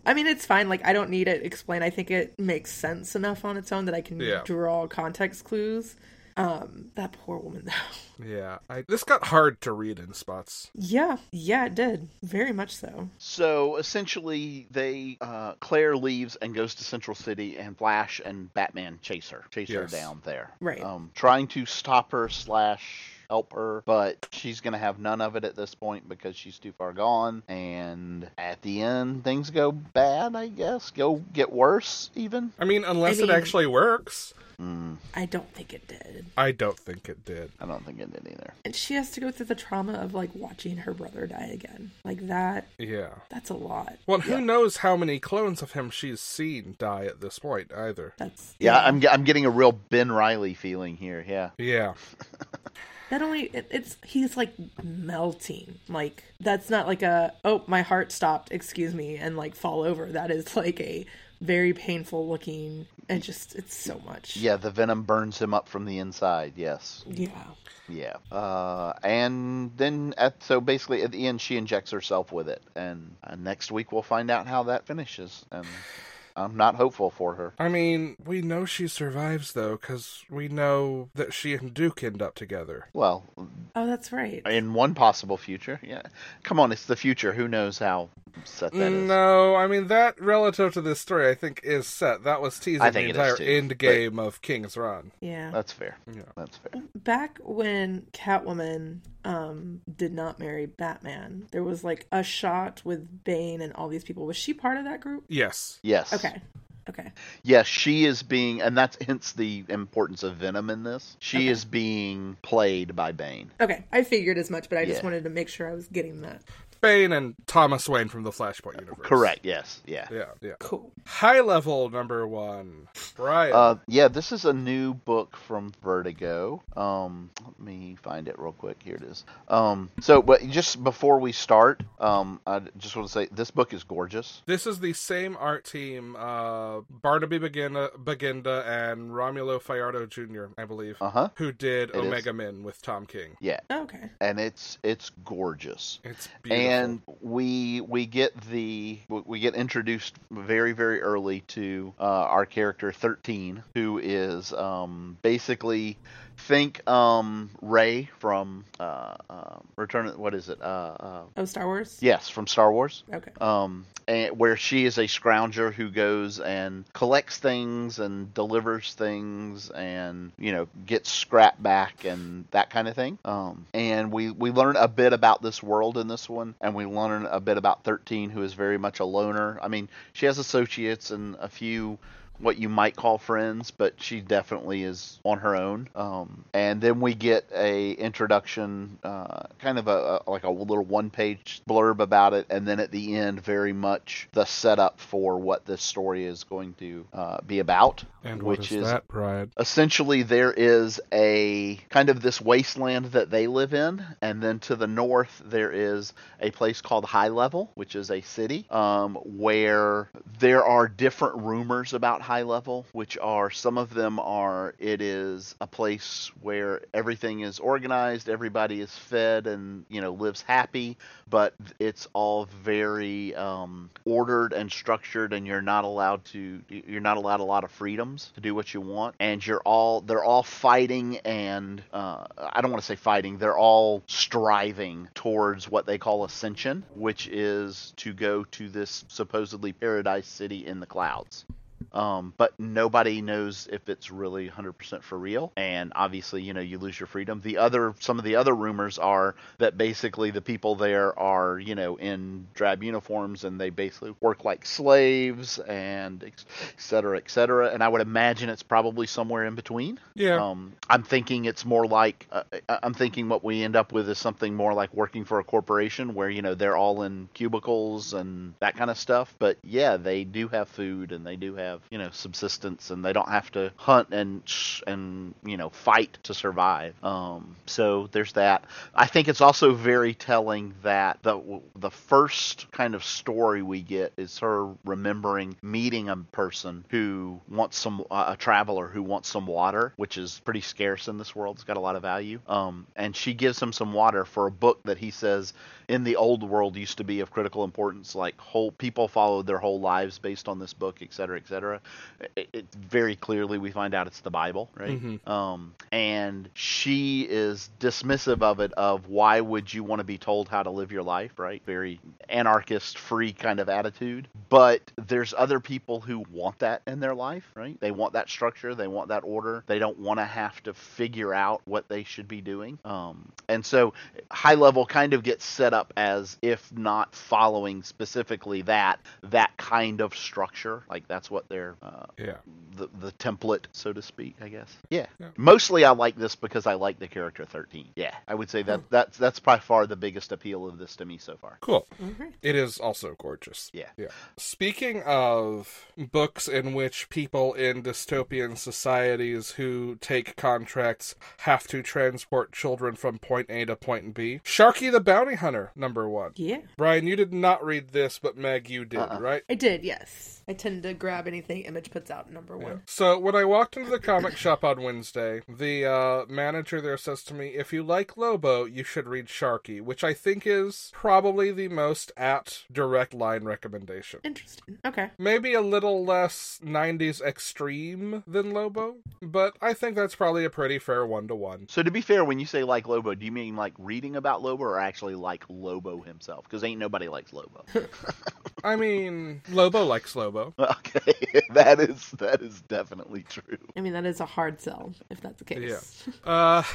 S1: I mean, it's fine. Like, I don't need it explained. I think it makes sense enough on its own that I can
S3: Yeah.
S1: draw context clues. Um, that poor woman, though.
S3: Yeah, I, this got hard to read in spots.
S1: yeah, yeah, it did very much so.
S2: so essentially, they uh, Claire leaves and goes to Central City, and Flash and Batman chase her, chase her
S3: Yes.
S2: down there,
S1: Right.
S2: Um, trying to stop her slash help her, but she's gonna have none of it at this point because she's too far gone. And at the end, things go bad, I guess, go get worse even. Hmm,
S3: I mean, unless
S1: I
S3: it
S1: mean-
S3: actually works,
S1: I don't think it did.
S3: I don't think it did.
S2: I don't think it did either.
S1: And she has to go through the trauma of like watching her brother die again. Like that.
S3: Yeah.
S1: That's a lot.
S3: Well, who knows how many clones of him she's seen die at this point either.
S1: That's
S2: Yeah, I'm ge- I'm getting a real Ben Riley feeling here. Yeah.
S3: Yeah.
S1: not only it, it's he's like melting like that's not like a oh my heart stopped excuse me and like fall over that is like a very painful looking and just it's so much
S2: Yeah, the venom burns him up from the inside. Yes.
S1: yeah
S2: Yeah. Uh, and then at so basically at the end she injects herself with it, and uh, next week we'll find out how that finishes. And I'm not hopeful for her.
S3: I mean, we know she survives though, because we know that she and Duke end up together.
S2: Well,
S1: oh that's right
S2: in one possible future, yeah. Come on, it's the future. Who knows how set that is?
S3: No, I mean that relative to this story, I think is set. That was teasing
S2: I
S3: the
S2: think it is
S3: entire
S2: too,
S3: end
S2: but-
S3: game of King's Run.
S1: yeah
S2: That's fair.
S3: Yeah.
S2: That's fair.
S1: back when catwoman um did not marry batman there was like a shot with bane and all these people was she part of that group
S3: Yes.
S2: Yes.
S1: okay okay
S2: Yes, she is being, and that's hence the importance of Venom in this. She
S1: Okay.
S2: is being played by Bane.
S1: okay i figured as much but i just
S2: Yeah.
S1: wanted to make sure i was getting that
S3: Bane and Thomas Wayne from the Flashpoint universe.
S2: Correct. Yes. Yeah.
S3: Yeah, yeah.
S1: cool
S3: High level number one. Brian.
S2: Uh, yeah, this is a new book from Vertigo. Um, let me find it real quick. Here it is. Um, so, but just before we start, um, I just want to say this book is gorgeous.
S3: this is the same art team, uh, Barnaby Baginda, Baginda and Romulo Fajardo Jr., I believe,
S2: Uh huh.
S3: who did
S2: It is.
S3: Omega Men with Tom King.
S2: Yeah,
S1: okay
S2: and it's it's gorgeous.
S3: It's beautiful.
S2: And we we get the we- we get introduced very very early to uh, our character thirteen, who is um, basically think um, Ray from uh, uh, Return. of- What is it? Uh, uh,
S1: oh star wars
S2: yes, from Star Wars.
S1: okay
S2: um, and where she is a scrounger who goes and collects things and delivers things and you know gets scrap back and that kind of thing. Um, and we we learn a bit about this world in this one, and we learn a bit about Thirteen, who is very much a loner. I mean, she has associates and a few what you might call friends, but she definitely is on her own. Um, and then we get a introduction, uh, kind of a, a like a little one page blurb about it, and then at the end, very much the setup for what this story is going to uh, be about,
S3: And what
S2: which
S3: is that pride?
S2: essentially there is a kind of this wasteland that they live in and then to the north there is a place called high level which is a city um, where there are different rumors about high level which are some of them are it is a place where everything is organized everybody is fed and you know lives happy but it's all very um, ordered and structured and you're not allowed to you're not allowed a lot of freedoms to do what you want and you're all they're all fighting and uh, i don't want to say fighting they're all striving towards what they call ascension which is to go to this supposedly paradise city in the clouds um, but nobody knows if it's really 100% for real and obviously you know you lose your freedom the other some of the other rumors are that basically the people there are you know in drab uniforms and they basically work like slaves and et cetera et cetera and i would imagine it's probably somewhere in between
S3: Yeah.
S2: um, I'm thinking it's more like uh, I- I'm thinking what we end up with is something more like working for a corporation where you know they're all in cubicles and that kind of stuff. But yeah, they do have food and they do have you know subsistence and they don't have to hunt and sh- and you know fight to survive. Um, so there's that. I think it's also very telling that the the first kind of story we get is her remembering meeting a person who wants some uh, a traveler who wants some water, which is pretty scarce in this world. It's got a lot of value. Um, and she gives him some water for a book that he says in the old world used to be of critical importance. Like whole people followed their whole lives based on this book, et cetera, et cetera. It, it very clearly we find out it's the Bible, right? um, and she is dismissive of it of why would you want to be told how to live your life right very anarchist free kind of attitude but there's other people who want that in their life right they want that structure they want that order they don't want to have to figure out what they should be doing um, and so high level kind of gets set up as if not following specifically that that kind of structure like that's what they're uh,
S3: Yeah.
S2: the, the template, so to speak, I guess. Yeah.
S3: Yeah.
S2: Mostly I like this because I like the character 13. Yeah. I would say that
S3: Hmm.
S2: that's that's by far the biggest appeal of this to me so far.
S3: Cool.
S1: Alright.
S3: It is also gorgeous.
S2: Yeah.
S3: Yeah. Speaking of books in which people in dystopian societies who take contracts have to transport children from point A to point B, Sharky the Bounty Hunter, number one.
S1: Yeah.
S3: Brian, you did not read this, but Meg, you did,
S2: Uh-uh.
S3: right?
S1: I did, yes. I tend to grab anything Image puts out number one.
S3: So when I walked into the comic shop on Wednesday, the uh, manager there says to me, "If you like Lobo, you should read Sharky," which I think is probably the most apt direct line recommendation.
S1: Interesting. Okay.
S3: Maybe a little less 90s extreme than Lobo, but I think that's probably a pretty fair one to one.
S2: So to be fair, when you say like Lobo, do you mean like reading about Lobo or actually like Lobo himself? Because ain't nobody likes Lobo.
S3: I mean, Lobo likes Lobo.
S2: okay, that is that is definitely true.
S1: I mean, that is a hard sell if that's the case.
S3: Uh,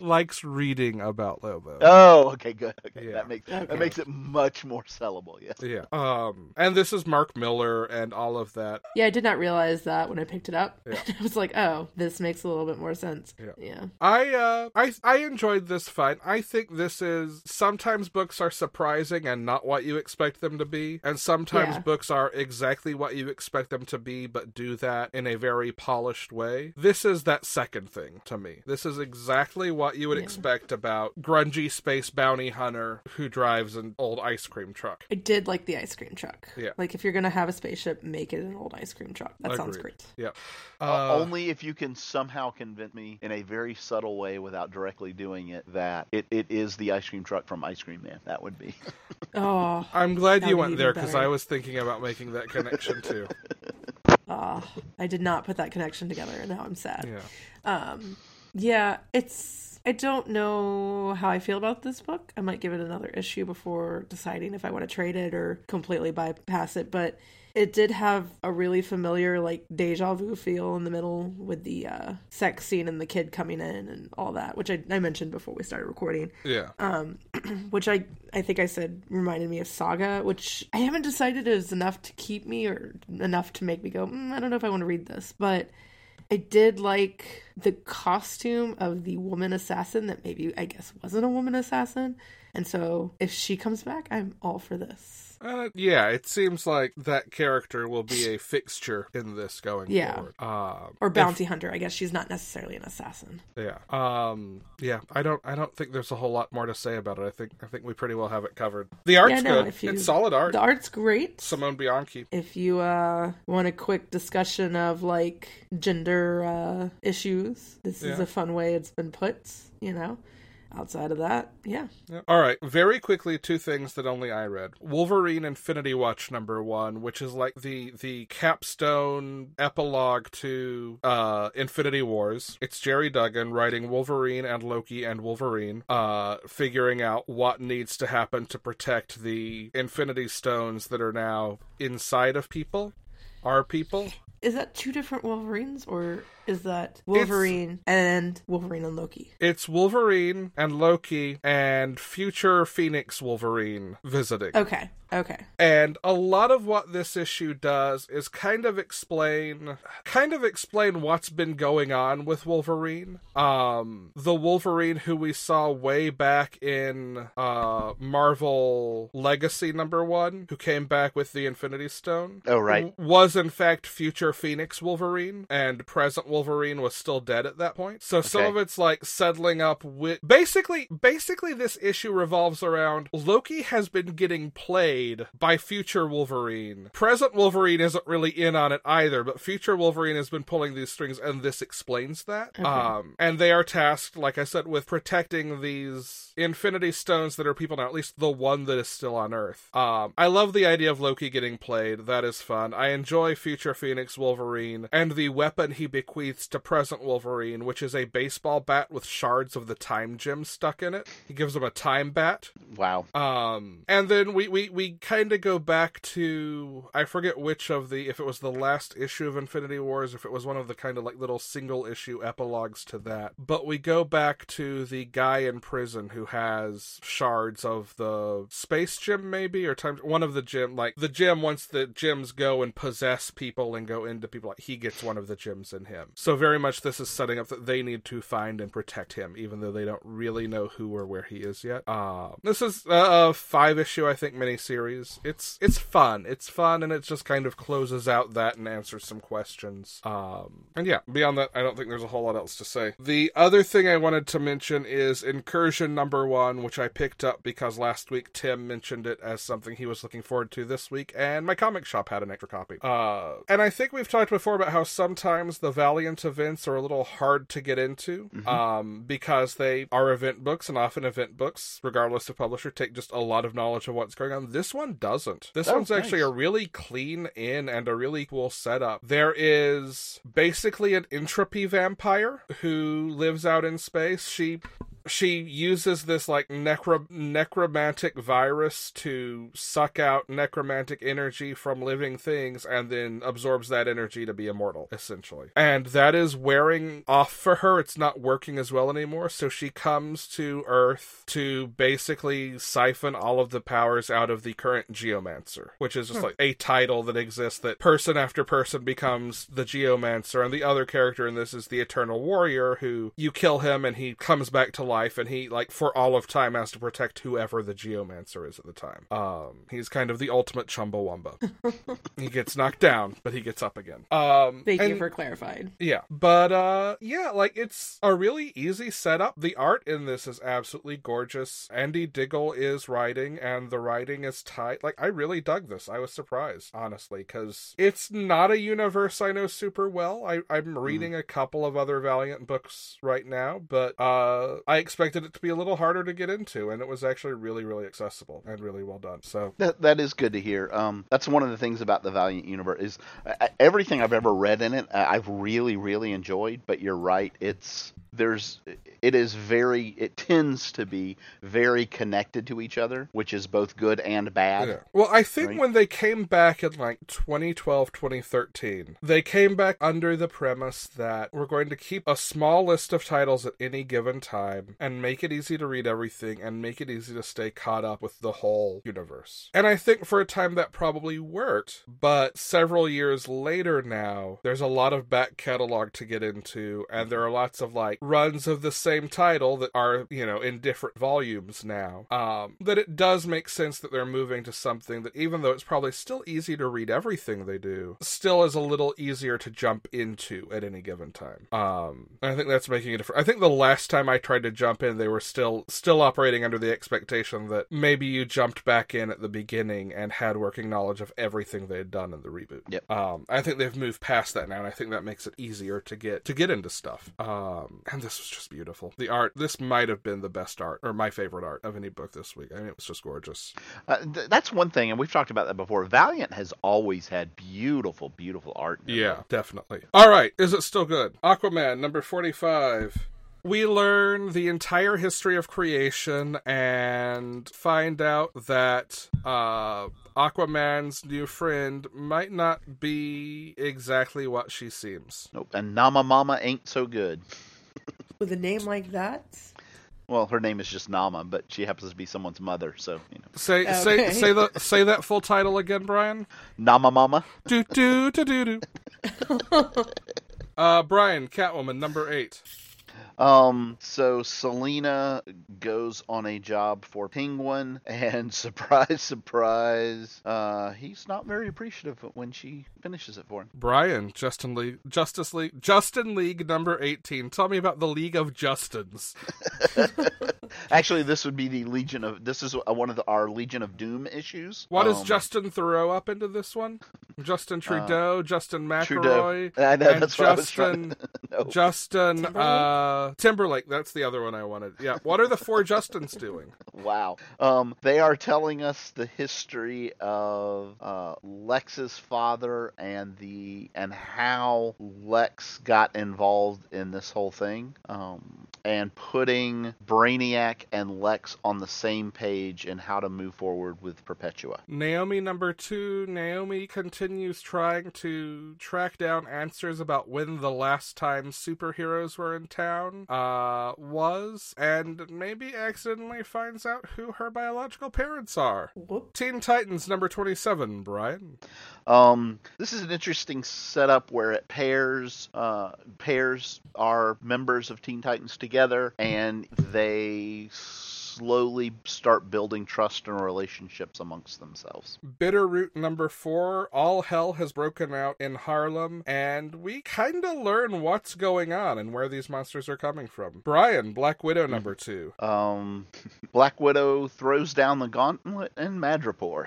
S3: likes reading about Lobo.
S2: Oh, okay, good. Okay,
S3: Yeah.
S2: that makes
S1: Okay.
S2: that makes it much more sellable. Yes.
S3: Yeah. Um, and this is Mark Miller and all of that.
S1: Yeah, I did not realize that when I picked it up.
S3: Yeah.
S1: I was like, oh, this makes a little bit more sense.
S3: Yeah.
S1: yeah.
S3: I uh I I enjoyed this fight. I think this is sometimes books are surprising and not what you expect them to be, and sometimes
S1: Yeah.
S3: books are exactly what you expect them to be but do that in a very polished way. This is that second thing to me. This is exactly what you would
S1: Yeah.
S3: expect about grungy space bounty hunter who drives an old ice cream truck.
S1: I did like the ice cream truck.
S3: Yeah.
S1: Like if you're gonna have a spaceship, make it an old ice cream truck. That sounds
S3: Agreed.
S1: great.
S3: Yeah.
S2: Uh,
S3: Uh,
S2: only if you can somehow convince me in a very subtle way without directly doing it that it, it is the ice cream truck from Ice Cream Man. That would be.
S1: Oh,
S3: I'm glad
S1: That
S3: you
S1: would
S3: went
S1: even
S3: there because
S1: better.
S3: I was thinking about making that connection too.
S1: ah, I did not put that connection together, and now I'm sad.
S3: Yeah.
S1: Um, yeah, it's. I don't know how I feel about this book. I might give it another issue before deciding if I want to trade it or completely bypass it. But It did have a really familiar like deja vu feel in the middle with the uh, sex scene and the kid coming in and all that, which I, I mentioned before we started recording.
S3: Yeah.
S1: Um, which I I think I said reminded me of Saga, which I haven't decided is enough to keep me or enough to make me go. Mm, I don't know if I want to read this, but I did like the costume of the woman assassin that maybe I guess wasn't a woman assassin. And so if she comes back, I'm all for this.
S3: Uh, yeah, it seems like that character will be a fixture in this going
S1: Yeah.
S3: forward. Um,
S1: Or
S3: if-
S1: bounty hunter, I guess she's not necessarily an assassin.
S3: yeah. Um, yeah. I don't. I don't think there's a whole lot more to say about it. I think. I think we pretty well have it covered. The art's
S1: no,
S3: good.
S1: if you-
S3: It's solid art.
S1: The art's great.
S3: Simone Bianchi.
S1: if you uh, want a quick discussion of like gender uh, issues, this is
S3: Yeah.
S1: a fun way it's been put. You know, outside of that, yeah,
S3: Yeah. All right. Very quickly, two things that only I read: Wolverine Infinity Watch number one, which is like the the capstone epilogue to uh, Infinity Wars. It's Jerry Duggan writing Wolverine and Loki and Wolverine, uh, figuring out what needs to happen to protect the Infinity Stones that are now inside of people, our people.
S1: is that two different Wolverines or is that Wolverine and Wolverine and Loki?
S3: It's Wolverine and Loki and future Phoenix Wolverine visiting.
S1: Okay, okay,
S3: And a lot of what this issue does is kind of explain kind of explain what's been going on with Wolverine. Um the Wolverine who we saw way back in uh Marvel Legacy number 1 who came back with the Infinity Stone
S2: Oh, right.
S3: was in fact future Phoenix Wolverine, and present Wolverine was still dead at that point. So some
S2: Okay.
S3: of it's like settling up with basically basically this issue revolves around Loki has been getting played by future Wolverine. Present Wolverine isn't really in on it either, but future Wolverine has been pulling these strings, and this explains that.
S1: Okay.
S3: Um, and they are tasked, like I said, with protecting these Infinity Stones that are people now, at least the one that is still on Earth. Um, I love the idea of Loki getting played. That is fun. I enjoy future Phoenix Wolverine and the weapon he bequeaths to present Wolverine, which is a baseball bat with shards of the time gem stuck in it. He gives him a time bat,
S2: Wow.
S3: um, and then we we we kind of go back to I forget which of the if it was the last issue of Infinity Wars, if it was one of the kind of like little single issue epilogues to that. But we go back to the guy in prison who has shards of the space gem, maybe or time one of the gem like the gem. Once the gems go and possess people and go into people, like he gets one of the gems in him. So very much this is setting up that they need to find and protect him, even though they don't really know who or where he is yet. Uh, this is a, a five issue, I think, miniseries. It's it's fun. It's fun, and it just kind of closes out that and answers some questions. Um, and yeah, beyond that, I don't think there's a whole lot else to say. The other thing I wanted to mention is Incursion number one, which I picked up because last week Tim mentioned it as something he was looking forward to this week, and my comic shop had an extra copy. Uh, and I think we've talked before about how sometimes the Valiant events are a little hard to get into
S2: Mhm.
S3: um, because they are event books, and often event books, regardless of publisher, take just a lot of knowledge of what's going on. This one doesn't. This
S2: Oh,
S3: one's actually
S2: nice.
S3: a really clean in and a really cool setup. There is basically an entropy vampire who lives out in space. She she uses this like necro necromantic virus to suck out necromantic energy from living things and then absorbs that energy to be immortal essentially and that is wearing off for her it's not working as well anymore so she comes to earth to basically siphon all of the powers out of the current geomancer which is just like a title that exists that person after person becomes the geomancer and the other character in this is the eternal warrior who you kill him and he comes back to life and he like for all of time has to protect whoever the geomancer is at the time um he's kind of the ultimate chumbawamba he gets knocked down but he gets up again um
S1: thank you
S3: and-
S1: for clarifying.
S3: yeah. But uh yeah, like it's a really easy setup. The art in this is absolutely gorgeous. Andy Diggle is writing and the writing is tight. Like I really dug this. I was surprised, honestly, cuz it's not a universe I know super well. I I'm reading a couple of other Valiant books right now, but uh I expected it to be a little harder to get into and it was actually really really accessible and really well done. So
S2: That, that is good to hear. Um, that's one of the things about the Valiant universe is uh, everything I've ever read in it, I- I've really, really enjoyed. But you're right; it's there's it is very it tends to be very connected to each other, which is both good and bad.
S3: Yeah. Well, I think
S2: Right.
S3: when they came back in like 2012, 2013, they came back under the premise that we're going to keep a small list of titles at any given time and make it easy to read everything and make it easy to stay caught up with the whole universe. And I think for a time that probably worked, but several years later now, there's a lot of back catalog to get into, and there are lots of like runs of the same title that are, you know, in different volumes now. Um, that it does make sense that they're moving to something that, even though it's probably still easy to read everything they do, still is a little easier to jump into at any given time. Um, and I think that's making a difference. I think the last time I tried to jump in, they were still still operating under the expectation that maybe you jumped back in at the beginning and had working knowledge of everything they had done in the reboot.
S2: Yep.
S3: Um, I think they've moved past that now, and I think that makes it easier to get to get into stuff. Um, and this was just beautiful. The art. This might have been the best art or my favorite art of any book this week. I mean, it was just gorgeous.
S2: Uh, th- that's one thing, and we've talked about that before. Valiant has always had beautiful, beautiful art. in their
S3: Yeah, definitely. All right, is it still good? Aquaman number 45. We learn the entire history of creation and find out that uh, Aquaman's new friend might not be exactly what she seems.
S2: Nope. And Nama Mama ain't so good.
S1: With a name like that,
S2: Well, her name is just Nama, but she happens to be someone's mother, so you know.
S3: Say say
S1: Okay.
S3: say the say that full title again, Brian.
S2: Nama Mama.
S3: Do do do do do. Uh, Brian, Catwoman number eight.
S2: Um, so Selena goes on a job for Penguin, and surprise, surprise, uh, he's not very appreciative when she finishes it for him.
S3: Brian, Justin League, Justice League, Justin League number 18. Tell me about the League of Justins.
S2: Actually, this would be the Legion of. This is uh, one of the, our Legion of Doom issues.
S3: What does
S2: Um,
S3: Justin Thoreau up into this one? Justin Trudeau, Justin
S2: Uh, Trudeau.
S3: McElroy,
S2: I know
S3: and
S2: that's what I was trying
S3: Justin
S2: to. no.
S3: Justin
S1: Timberlake?
S3: Uh, Timberlake. That's the other one I wanted. Yeah. What are the four Justins doing?
S2: Wow. Um, they are telling us the history of uh, Lex's father and the and how Lex got involved in this whole thing. Um, and putting Brainiac and Lex on the same page and how to move forward with Perpetua.
S3: Naomi number two. Naomi continues trying to track down answers about when the last time superheroes were in town uh, was, and maybe accidentally finds out who her biological parents are.
S1: whoop.
S3: Teen Titans number 27, Brian.
S2: Um, this is an interesting setup where it pairs uh, pairs are members of Teen Titans together, and they slowly start building trust and relationships amongst themselves.
S3: Bitterroot number four. All hell has broken out in Harlem, and we kind of learn what's going on and where these monsters are coming from. Brian, Black Widow number two.
S2: Um, Black Widow throws down the gauntlet in Madripoor.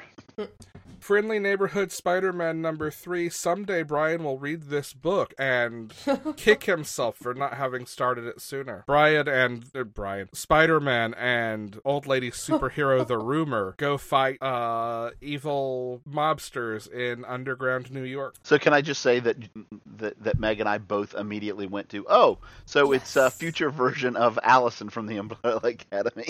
S3: Friendly Neighborhood Spider Man number three. Someday Brian will read this book and kick himself for not having started it sooner. Brian and er, Brian, Spider Man and Old Lady Superhero the Rumor go fight uh, evil mobsters in underground New York.
S2: So can I just say that that, that Meg and I both immediately went to oh, so it's a
S1: Yes.
S2: future version of Allison from the Umbrella Academy.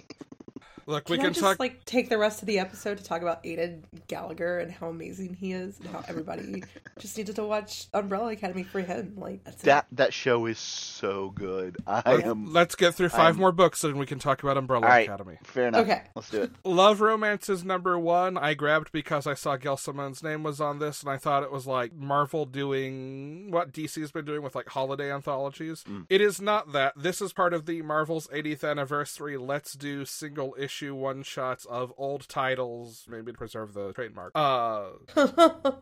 S3: Look,
S1: Can
S3: we
S1: I
S3: can
S1: just
S3: talk.
S1: like take the rest of the episode to talk about Aiden Gallagher and how amazing he is, and how everybody just needed to watch Umbrella Academy for him. Like that's
S2: that that show is so good. I am
S3: Let's get through 5
S2: I'm-
S3: more books and we can talk about Umbrella
S2: All right.
S3: Academy.
S2: fair enough.
S1: Okay.
S2: let's do it.
S3: Love Romance is number one. I grabbed because I saw Gail Simone's name was on this, and I thought it was like Marvel doing what DC's been doing with like holiday anthologies. It is not that. This is part of the Marvel's 80th anniversary. Let's do single issue one shots of old titles, maybe to preserve the trademark. Uh,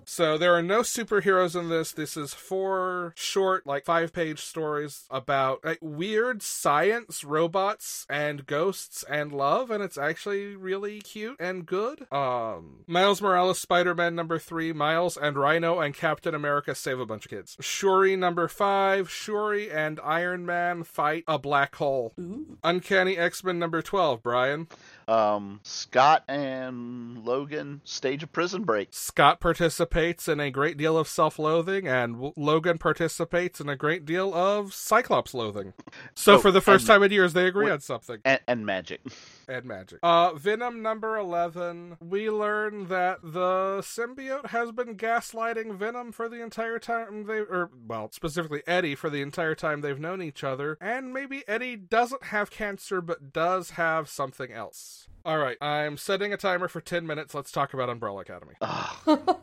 S3: so there are no superheroes in this. This is four short, like five page stories about like, weird science, robots, and ghosts and love, and it's actually really cute and good. Um, Miles Morales, Spider Man number three, Miles and Rhino and Captain America save a bunch of kids. Shuri number five, Shuri and Iron Man fight a black hole.
S1: Ooh.
S3: Uncanny X Men number 12, Brian.
S2: Um, Scott and Logan stage a prison break.
S3: Scott participates in a great deal of self loathing, and W- Logan participates in a great deal of Cyclops loathing. So,
S2: Oh,
S3: for the first
S2: and-
S3: time in years, they agree
S2: Wait.
S3: on something.
S2: And, and magic.
S3: and magic. Uh, Venom number 11. We learn that the symbiote has been gaslighting Venom for the entire time they, or, well, specifically Eddie for the entire time they've known each other. And maybe Eddie doesn't have cancer, but does have something else. All right, I'm setting a timer for 10 minutes. Let's talk about Umbrella Academy.
S2: Ugh.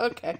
S1: okay.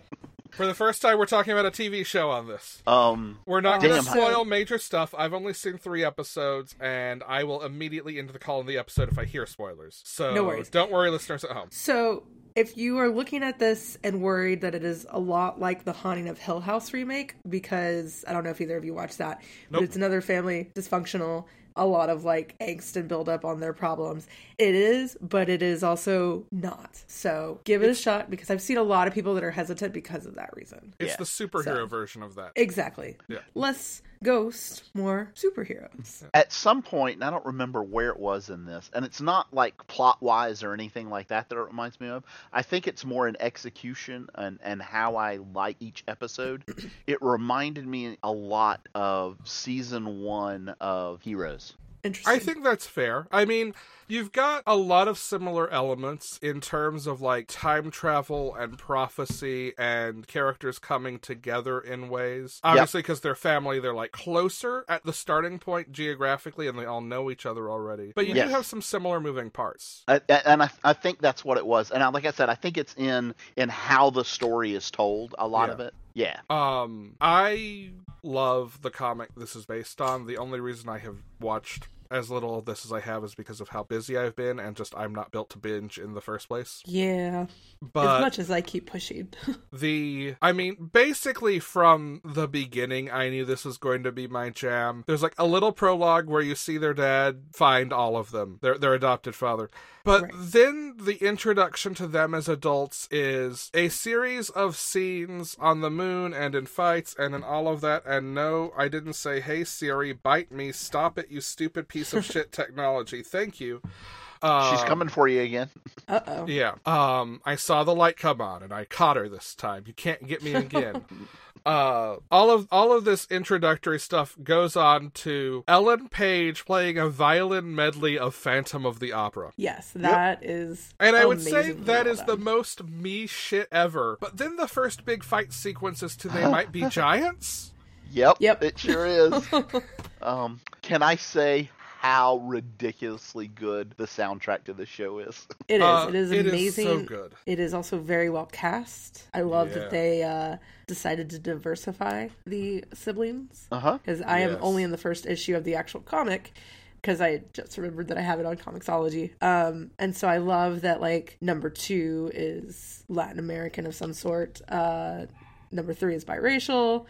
S3: For the first time, we're talking about a TV show on this.
S2: Um,
S3: We're not going to
S2: Damn.
S3: spoil major stuff. I've only seen three episodes, and I will immediately end the call in the episode if I hear spoilers. So
S1: No worries.
S3: don't worry, listeners at home.
S1: So, if you are looking at this and worried that it is a lot like the Haunting of Hill House remake, because I don't know if either of you watched that,
S3: Nope.
S1: but it's another family dysfunctional, a lot of like angst and buildup on their problems. It is, but it is also not. So, give it a shot because I've seen a lot of people that are hesitant because of that reason.
S3: It's
S2: Yeah.
S3: the superhero
S1: So-
S3: version of that.
S1: Exactly.
S3: Yeah.
S1: Less ghosts, more superheroes.
S2: at some point, and I don't remember where it was in this, and it's not like plot wise or anything like that that it reminds me of. I think it's more in execution and, and how I like each episode. It reminded me a lot of season one of Heroes.
S1: Interesting.
S3: I think that's fair. I mean, you've got a lot of similar elements in terms of like time travel and prophecy and characters coming together in ways. Obviously, because they're family, they're like closer at the starting point geographically and they all know each other already. But you
S2: Yes.
S3: do have some similar moving parts.
S2: I, I- Uh, and I, I think that's what it was. And I, like I said, I think it's in in how the story is told. A lot
S3: Yeah.
S2: of it, yeah.
S3: Um, I love the comic this is based on. The only reason I have watched as little of this as I have is because of how busy I've been and just I'm not built to binge in the first place.
S1: Yeah. as
S3: But
S1: much as I keep pushing.
S3: the I mean, basically from the beginning I knew this was going to be my jam. There's like a little prologue where you see their dad find all of them, their their adopted father. But
S1: Right.
S3: then the introduction to them as adults is a series of scenes on the moon and in fights and in all of that. And no, I didn't say, hey, Siri, bite me. Stop it, you stupid piece of shit technology. Thank you.
S2: She's
S3: Um,
S2: coming for you again.
S1: Uh oh.
S3: Yeah. Um, I saw the light come on and I caught her this time. You can't get me again. uh all of all of this introductory stuff goes on to Ellen Page playing a violin medley of Phantom of the Opera.
S1: Yes, that is.
S3: And I would say
S1: amazingly
S3: that
S1: well
S3: is the
S1: done.
S3: most me shit ever. But then the first big fight sequence is to They Might Be Giants.
S2: Yep.
S1: Yep.
S2: It sure is. um, can I say how ridiculously good the soundtrack to this show is?
S1: It is.
S3: Uh,
S1: it is
S3: it is
S1: amazing.
S3: so good.
S1: It is also very well cast. I love
S3: Yeah.
S1: that they uh, decided to diversify the siblings
S2: Uh huh.
S1: because I am
S3: Yes.
S1: only in the first issue of the actual comic because I just remembered that I have it on Comixology. Um, and so I love that like number two is Latin American of some sort. Uh, number three is biracial,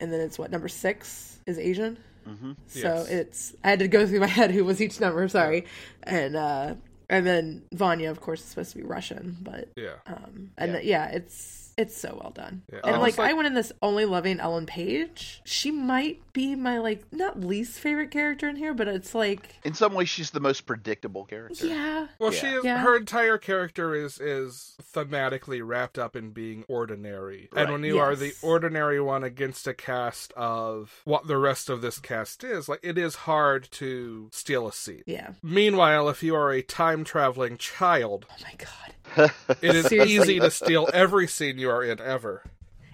S1: and then it's what number six is Asian. So
S3: Mm-hmm. Yes.
S1: it's I had to go through my head who was each number. Sorry, and uh, and then Vanya, of course, is supposed to be Russian, but
S3: Yeah.
S1: um, and yeah, it's it's so well done.
S3: Yeah.
S1: And
S3: Almost
S1: like,
S3: like-
S1: I went in this only loving Ellen Page. She might be my like not least favorite character in here, but it's like
S2: In some ways, she's the most predictable character.
S1: yeah,
S3: Well,
S2: Yeah.
S3: she is,
S1: Yeah.
S3: her entire character is is thematically wrapped up in being ordinary, and
S2: Right.
S3: when you are the
S1: Yes.
S3: ordinary one against a cast of what the rest of this cast is, like it is hard to steal a seat.
S1: yeah.
S3: Meanwhile, if you are a time traveling child,
S1: Oh my god,
S3: it is
S1: Seriously.
S3: easy to steal every scene you are in ever.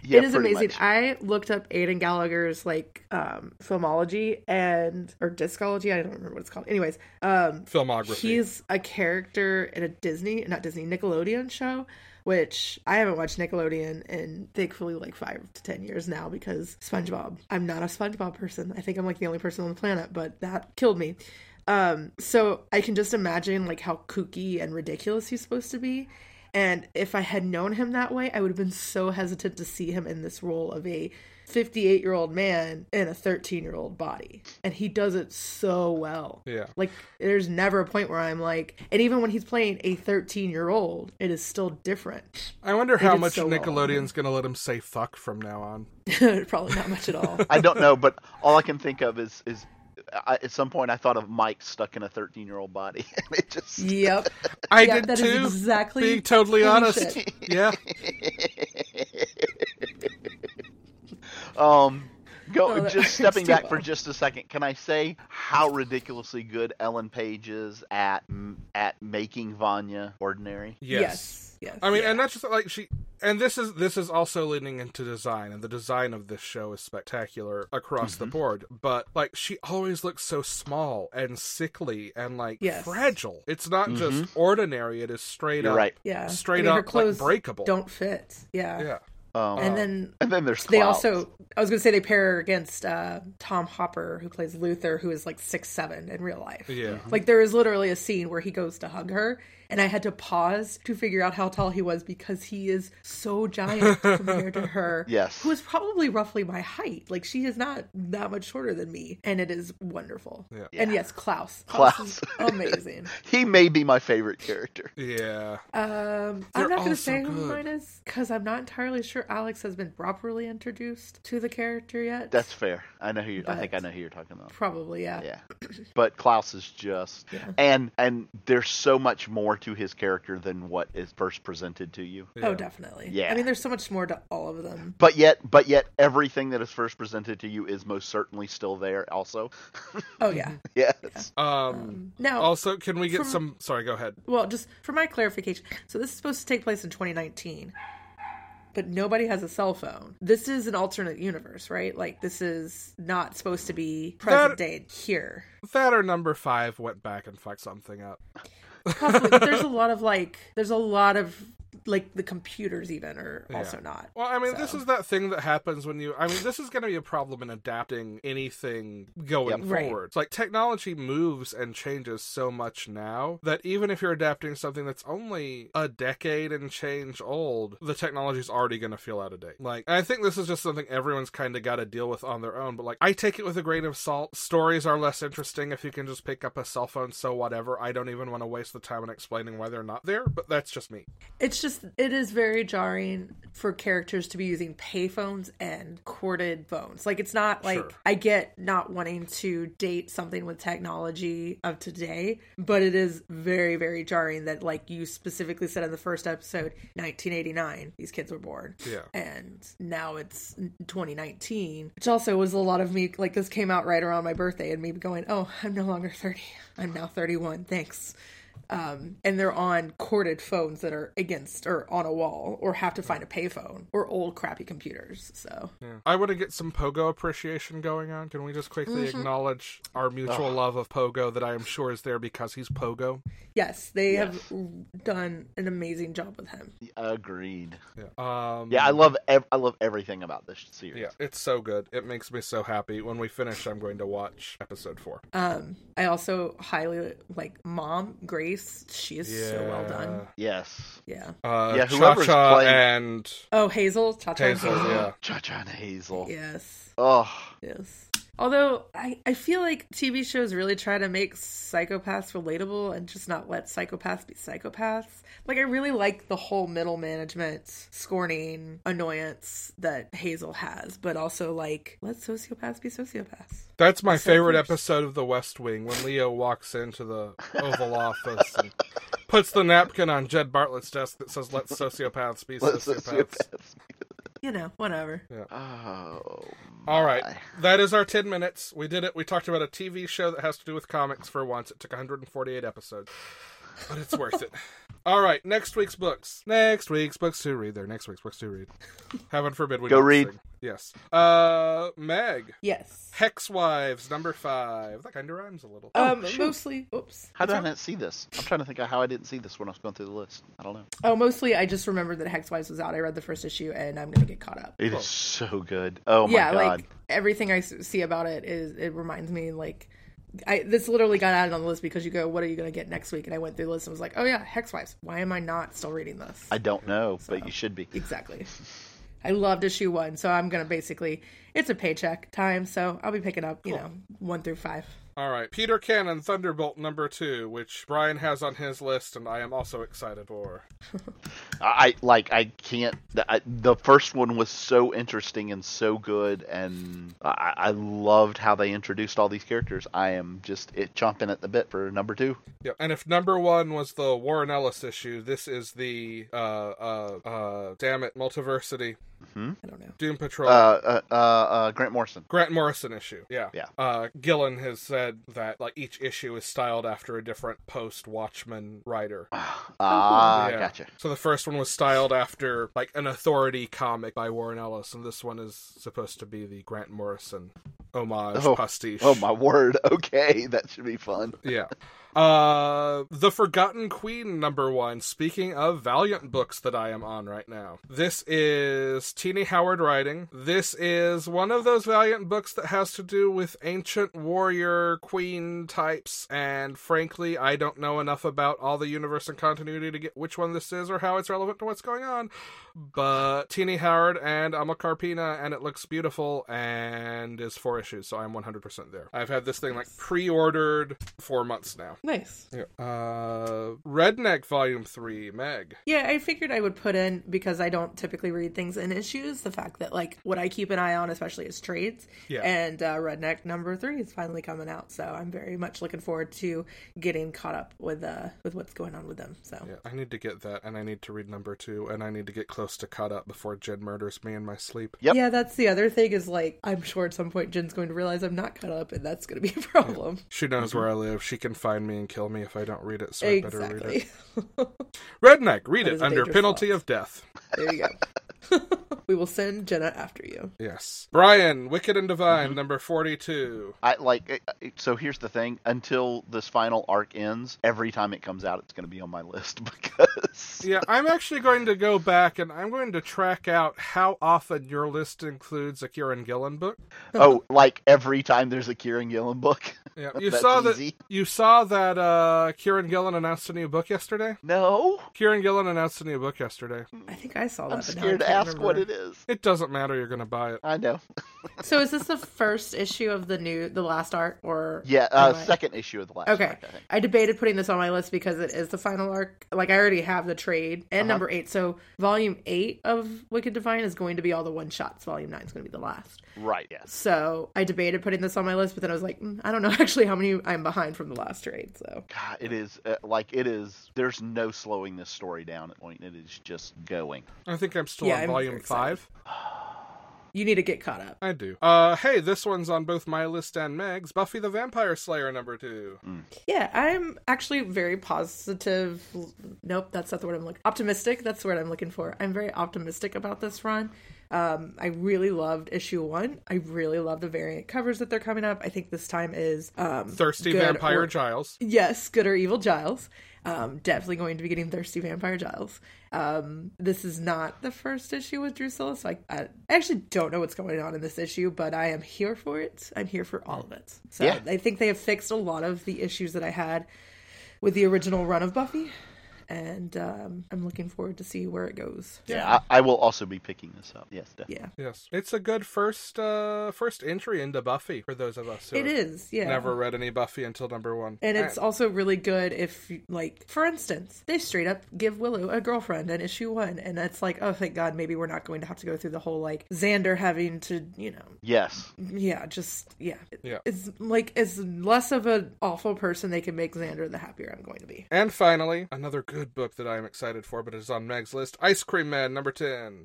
S2: Yeah,
S1: it is
S2: pretty
S1: amazing.
S2: much.
S1: I looked up Aidan Gallagher's like um filmology and or discology. I don't remember what it's called. Anyways, um
S3: Filmography.
S1: He's a character in a Disney, not Disney, Nickelodeon show, which I haven't watched Nickelodeon in thankfully like five to ten years now because SpongeBob. I'm not a SpongeBob person. I think I'm like the only person on the planet, but that killed me. Um, so I can just imagine like how kooky and ridiculous he's supposed to be. And if I had known him that way, I would have been so hesitant to see him in this role of a 58 year old man in a 13 year old body. And he does it so well.
S3: Yeah.
S1: Like, there's never a point where I'm like, and even when he's playing a 13 year old, it is still different.
S3: I wonder how
S1: did
S3: much
S1: so well.
S3: Nickelodeon's going to let him say fuck from now on.
S1: Probably not much at all.
S2: I don't know, but all I can think of is is I, at some point I thought of Mike stuck in a 13 year old body. and it just
S1: Yep.
S3: I
S1: yeah,
S3: did
S1: that
S3: too.
S1: is exactly
S3: being totally
S1: holy
S3: honest.
S1: shit.
S3: Yeah.
S2: um go
S1: Oh, that
S2: just
S1: works
S2: stepping
S1: too
S2: back for
S1: well.
S2: just a second can i say how ridiculously good ellen page is at at making vanya ordinary
S3: Yes.
S1: Yes. Yes.
S3: I mean,
S1: yeah.
S3: and that's just like she. And this is this is also leaning into design, and the design of this show is spectacular across the
S2: Mhm.
S3: board. But like, she always looks so small and sickly and like
S1: Yes.
S3: fragile. It's not just ordinary; it is straight
S2: Mm-hmm. you're
S3: up,
S2: right
S1: yeah.
S3: straight
S1: I mean, her
S3: up like
S1: clothes
S3: breakable.
S1: don't fit. Yeah.
S3: yeah, Uh,
S2: um,
S1: And then
S2: and then there's
S1: they
S2: clouds.
S1: also I was going to say they pair her against uh, Tom Hopper who plays Luther who is like 6'7 in real life.
S3: yeah.
S1: Like there is literally a scene where he goes to hug her, and I had to pause to figure out how tall he was because he is so giant compared to her.
S2: Yes.
S1: who is probably roughly my height. Like she is not that much shorter than me, and it is wonderful.
S3: Yeah.
S1: And yes, Klaus. is
S2: Klaus.
S1: amazing.
S2: he may be my favorite character
S3: Yeah.
S1: Um,
S3: They're
S1: I'm not going
S3: all
S1: to
S3: so
S1: say who
S3: good.
S1: mine is because I'm not entirely sure Alex has been properly introduced to the character yet.
S2: that's fair i know who you i think i
S1: But-
S2: know who you're talking about
S1: probably yeah.
S2: yeah but klaus is just and and there's so much more to his character than what is first presented to you
S1: Oh, definitely.
S2: Yeah.
S1: I mean, there's so much more to all of them.
S2: but yet but yet everything that is first presented to you is most certainly still there also
S1: Oh yeah.
S2: yes
S3: Um.
S1: Now,
S3: Also, can we get
S1: from-
S3: some? Sorry, go ahead.
S1: Well, just for my clarification, so this is supposed to take place in 2019, but nobody has a cell phone. This is an alternate universe, right? Like this is not supposed to be present
S3: That-
S1: day here.
S3: That or number five went back and fucked something up.
S1: Possibly, but there's a lot of like, there's a lot of like the computers even are also not.
S3: Well, I mean, this
S1: So-
S3: is that thing that happens when you. I mean, this is going to be a problem in adapting anything going
S1: Yep. Right.
S3: forward. It's Like, technology moves and changes so much now that even if you're adapting something that's only a decade and change old, the technology's already going to feel out of date. Like, and I think this is just something everyone's kind of got to deal with on their own, but like, I take it with a grain of salt. Stories are less interesting if you can just pick up a cell phone, so whatever. I don't even want to waste the time in explaining why they're not there, but that's just me.
S1: It's just it is very jarring for characters to be using payphones and corded phones. Like it's not like
S3: Sure.
S1: I get not wanting to date something with technology of today, but it is very very jarring that like you specifically said in the first episode, 1989, these kids were born.
S3: Yeah.
S1: And now it's 2019, which also was a lot of me like this came out right around my birthday and me going, "Oh, I'm no longer 30. I'm now 31. Thanks." um, and they're on corded phones that are against or on a wall or have to find a payphone or old crappy computers. So
S3: I want to get some Pogo appreciation going on. Can we just quickly acknowledge our mutual love of Pogo that I am sure is there because he's Pogo?
S1: yes, they have done an amazing job with him.
S2: agreed
S3: Yeah. Um,
S2: yeah i love ev- i love everything about this series
S3: Yeah, it's so good. It makes me so happy. When we finish, I'm going to watch episode four.
S1: Um, I also highly like Mom Grace. She is so well done.
S2: yes
S1: Yeah.
S3: Uh,
S2: Yeah,
S3: Cha
S2: whoever's
S3: Cha
S2: playing-
S3: and
S1: Oh, Hazel, Cha Cha
S3: Hazel. Yeah.
S2: cha-cha and hazel
S1: Yes.
S2: oh
S1: Yes. Although I, I feel like TV shows really try to make psychopaths relatable and just not let psychopaths be psychopaths. Like I really like the whole middle management scorning annoyance that Hazel has, but also like let sociopaths be sociopaths.
S3: That's my
S1: So
S3: favorite
S1: first-
S3: episode of The West Wing when Leo walks into the Oval Office and puts the napkin on Jed Bartlett's desk that says "Let sociopaths be
S2: let's
S3: sociopaths."
S1: You know, whatever.
S2: oh
S3: All right.
S2: my.
S3: That is our 10 minutes. We did it. We talked about a TV show that has to do with comics for once. It took 148 episodes, but it's worth it. All right. Next week's books. Next week's books to read. There. Next week's books to read. Heaven forbid we
S2: Go
S3: don't
S2: read.
S3: sing. Yes. Uh, Meg.
S1: Yes.
S3: Hex Wives, number five. That kind of rhymes a little.
S1: um mostly oops.
S2: Oh, how did I not see this? I'm trying to think of how I didn't see this when I was going through the list. I don't know.
S1: Oh mostly I just remembered that Hex Wives was out. I read the first issue and I'm gonna get caught up.
S2: It is so good. Oh my
S1: yeah,
S2: god.
S1: like everything I s- see about it is it reminds me like I this literally got added on the list because you go, what are you going to get next week? And I went through the list and was like, oh yeah, Hex Wives. Why am I not still reading this?
S2: I don't know, but you should be.
S1: exactly. I loved issue one, so I'm going to basically it's a paycheck time, so I'll be picking up you know one through five.
S3: All right, Peter Cannon, Thunderbolt number two, which Brian has on his list, and I am also excited for.
S2: I like I can't. th- I, the first one was so interesting and so good, and I, I loved how they introduced all these characters. I am just it chomping at the bit for number two.
S3: Yep. And if number one was the Warren Ellis issue, this is the uh uh uh damn it, Multiversity
S1: I don't know.
S3: Doom Patrol.
S2: Uh, uh, uh, uh, Grant Morrison.
S3: Grant Morrison issue. Yeah.
S2: Yeah.
S3: Uh, Gillen has said that like each issue is styled after a different post Watchman writer.
S1: Oh,
S2: Ah,
S3: Yeah.
S2: gotcha.
S3: So the first one was styled after like an authority comic by Warren Ellis, and this one is supposed to be the Grant Morrison homage
S2: Oh.
S3: pastiche.
S2: Oh my word. Okay, that should be fun.
S3: Yeah. Uh The Forgotten Queen number 1. Speaking of Valiant books that I am on right now. This is Teeny Howard writing. This is one of those Valiant books that has to do with ancient warrior queen types and frankly I don't know enough about all the universe and continuity to get which one this is or how it's relevant to what's going on. But Teeny Howard and Amma Carpina, and it looks beautiful and is four issues, so I'm 100% there. I've had this thing like pre ordered for months now.
S1: Nice.
S3: Yeah. Uh, Redneck Volume 3, Meg.
S1: Yeah, I figured I would put in because I don't typically read things in issues. The fact that like what I keep an eye on, especially is trades.
S3: Yeah.
S1: And uh, Redneck number three is finally coming out, so I'm very much looking forward to getting caught up with uh with what's going on with them. So
S3: Yeah, I need to get that, and I need to read number two, and I need to get close to caught up before Jed murders me in my sleep.
S2: Yep.
S1: yeah, that's the other thing is like I'm sure at some point Jen's going to realize I'm not caught up, and that's going to be a problem.
S3: She knows where I live. She can find me and kill me if I don't read it, so I better read it.
S1: Exactly.
S3: Redneck, read
S1: That
S3: it
S1: is a
S3: under
S1: dangerous
S3: penalty
S1: thought.
S3: of death.
S1: there you go. we will send Jenna after you.
S3: Yes. Brian, Wicked and Divine, number 42.
S2: I like. It, uh, it- so here's the thing. Until this final arc ends, every time it comes out, it's going to be on my list because.
S3: Yeah, I'm actually going to go back and I'm going to track out how often your list includes a Kieran Gillen book.
S2: Oh, like every time there's a Kieran Gillen book.
S3: Yeah, you
S2: That's
S3: saw that
S2: easy.
S3: you saw that uh Kieran Gillen announced a new book yesterday.
S2: No,
S3: Kieran Gillen announced a new book yesterday.
S1: I think I saw that.
S2: I'm
S1: but now I
S2: scared to
S1: can't
S2: ask what
S1: remember.
S2: it is.
S3: It doesn't matter, you're going to buy it.
S2: I know.
S1: So is this the first issue of the new, the last arc, or
S2: Yeah, uh,
S1: am I-
S2: second issue of the last.
S1: Okay,
S2: arc, I think.
S1: I debated putting this on my list because it is the final arc. Like I already have the trade and
S2: Uh-huh.
S1: number eight, so volume eight of Wicked Divine is going to be all the one shots. Volume nine is going to be the last.
S2: Right. Yes.
S1: So I debated putting this on my list, but then I was like, mm, I don't know actually how many I'm behind from the last trade. So
S2: God, it is uh, like it is. There's no slowing this story down at point. It is just going.
S3: I think I'm still
S1: Yeah,
S3: on
S1: I'm
S3: volume
S1: very excited.
S3: 5.
S1: you need to get caught up.
S3: I do. Uh hey, this one's on both my list and Meg's. Buffy the Vampire Slayer number 2.
S1: Yeah, I'm actually very positive. Nope, that's not the word I'm looking. Optimistic. That's the word I'm looking for. I'm very optimistic about this run. Um, I really loved issue one. I really love the variant covers that they're coming up. I think this time is um,
S3: Thirsty
S1: good
S3: Vampire
S1: or-
S3: Giles.
S1: Yes, good or evil Giles. Um, definitely going to be getting thirsty vampire Giles. Um, this is not the first issue with Drusilla, so I, I actually don't know what's going on in this issue, but I am here for it. I'm here for all of it. So
S2: Yeah.
S1: I think they have fixed a lot of the issues that I had with the original run of Buffy, and um, I'm looking forward to see where it goes.
S2: Yeah, I, I will also be picking this up. Yes, definitely.
S1: Yeah,
S3: Yes. It's a good first uh first entry into Buffy for those of us who
S1: it
S3: have
S1: is. Yeah,
S3: never read any Buffy until number 1.
S1: And it's also really good if, like, for instance, they straight up give Willow a girlfriend in issue one, and that's like, oh, thank God, maybe we're not going to have to go through the whole like Xander having to, you know,
S2: Yes.
S1: yeah, just yeah,
S3: Yeah.
S1: It's like as less of an awful person they can make Xander, the happier I'm going to be.
S3: And finally, another good book that I'm excited for, but it is on Meg's list Ice Cream Man, number 10.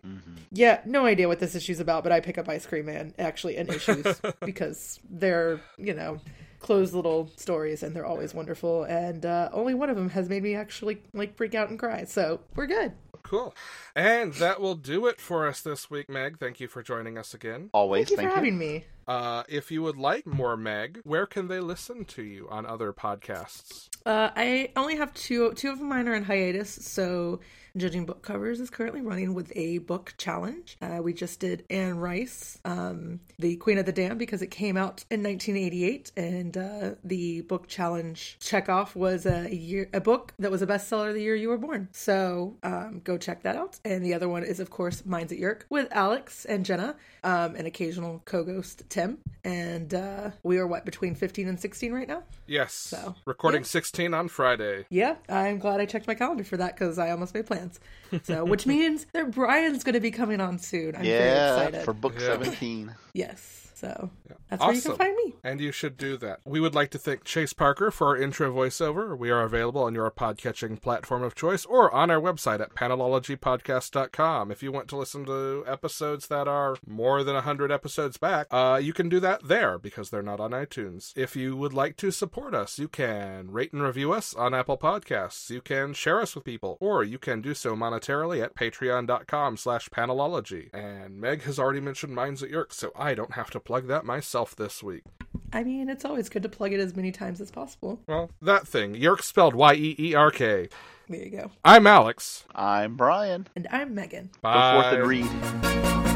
S1: Yeah, no idea what this issue's about, but I pick up Ice Cream Man actually in issues because they're you know. Closed little stories, and they're always wonderful. And uh, only one of them has made me actually like freak out and cry. So we're good.
S3: Cool. And that will do it for us this week, Meg. Thank you for joining us again.
S2: Always.
S1: Thank you for having me.
S3: Uh, if you would like more Meg, where can they listen to you on other podcasts?
S1: Uh, I only have two. Two of mine are in hiatus. So, judging book covers is currently running with a book challenge. Uh, we just did Anne Rice, um, the Queen of the Dam, because it came out in 1988, and uh, the book challenge checkoff was a year a book that was a bestseller the year you were born. So, um, go check that out. And the other one is, of course, Minds at York with Alex and Jenna, um, an occasional co-ghost Tim, and uh, we are what between fifteen and sixteen right now.
S3: Yes.
S1: So,
S3: Recording
S1: yeah.
S3: 16 on Friday.
S1: Yeah, I'm glad I checked my calendar for that because I almost made plans. So, which means that Brian's going to be coming on soon. I'm very
S2: yeah,
S1: excited.
S2: for book
S3: Yeah.
S2: 17.
S1: Yes. So
S3: Yeah.
S1: that's
S3: Awesome.
S1: where you can find me.
S3: And you should do that. We would like to thank Chase Parker for our intro voiceover. We are available on your podcatching platform of choice or on our website at panelologypodcast.com. If you want to listen to episodes that are more than 100 episodes back, uh, you can do that there because they're not on iTunes. If you would like to support us, you can rate and review us on Apple Podcasts. You can share us with people, or you can do so monetarily at patreon.com slash panelology. And Meg has already mentioned Minds at York, so I don't have to plug that myself this week.
S1: I mean, it's always good to plug it as many times as possible.
S3: Well, that thing. Yerk spelled Y E E R K.
S1: There you go.
S3: I'm Alex.
S2: I'm Brian.
S1: And I'm Megan.
S2: Go forth and read.
S1: Bye.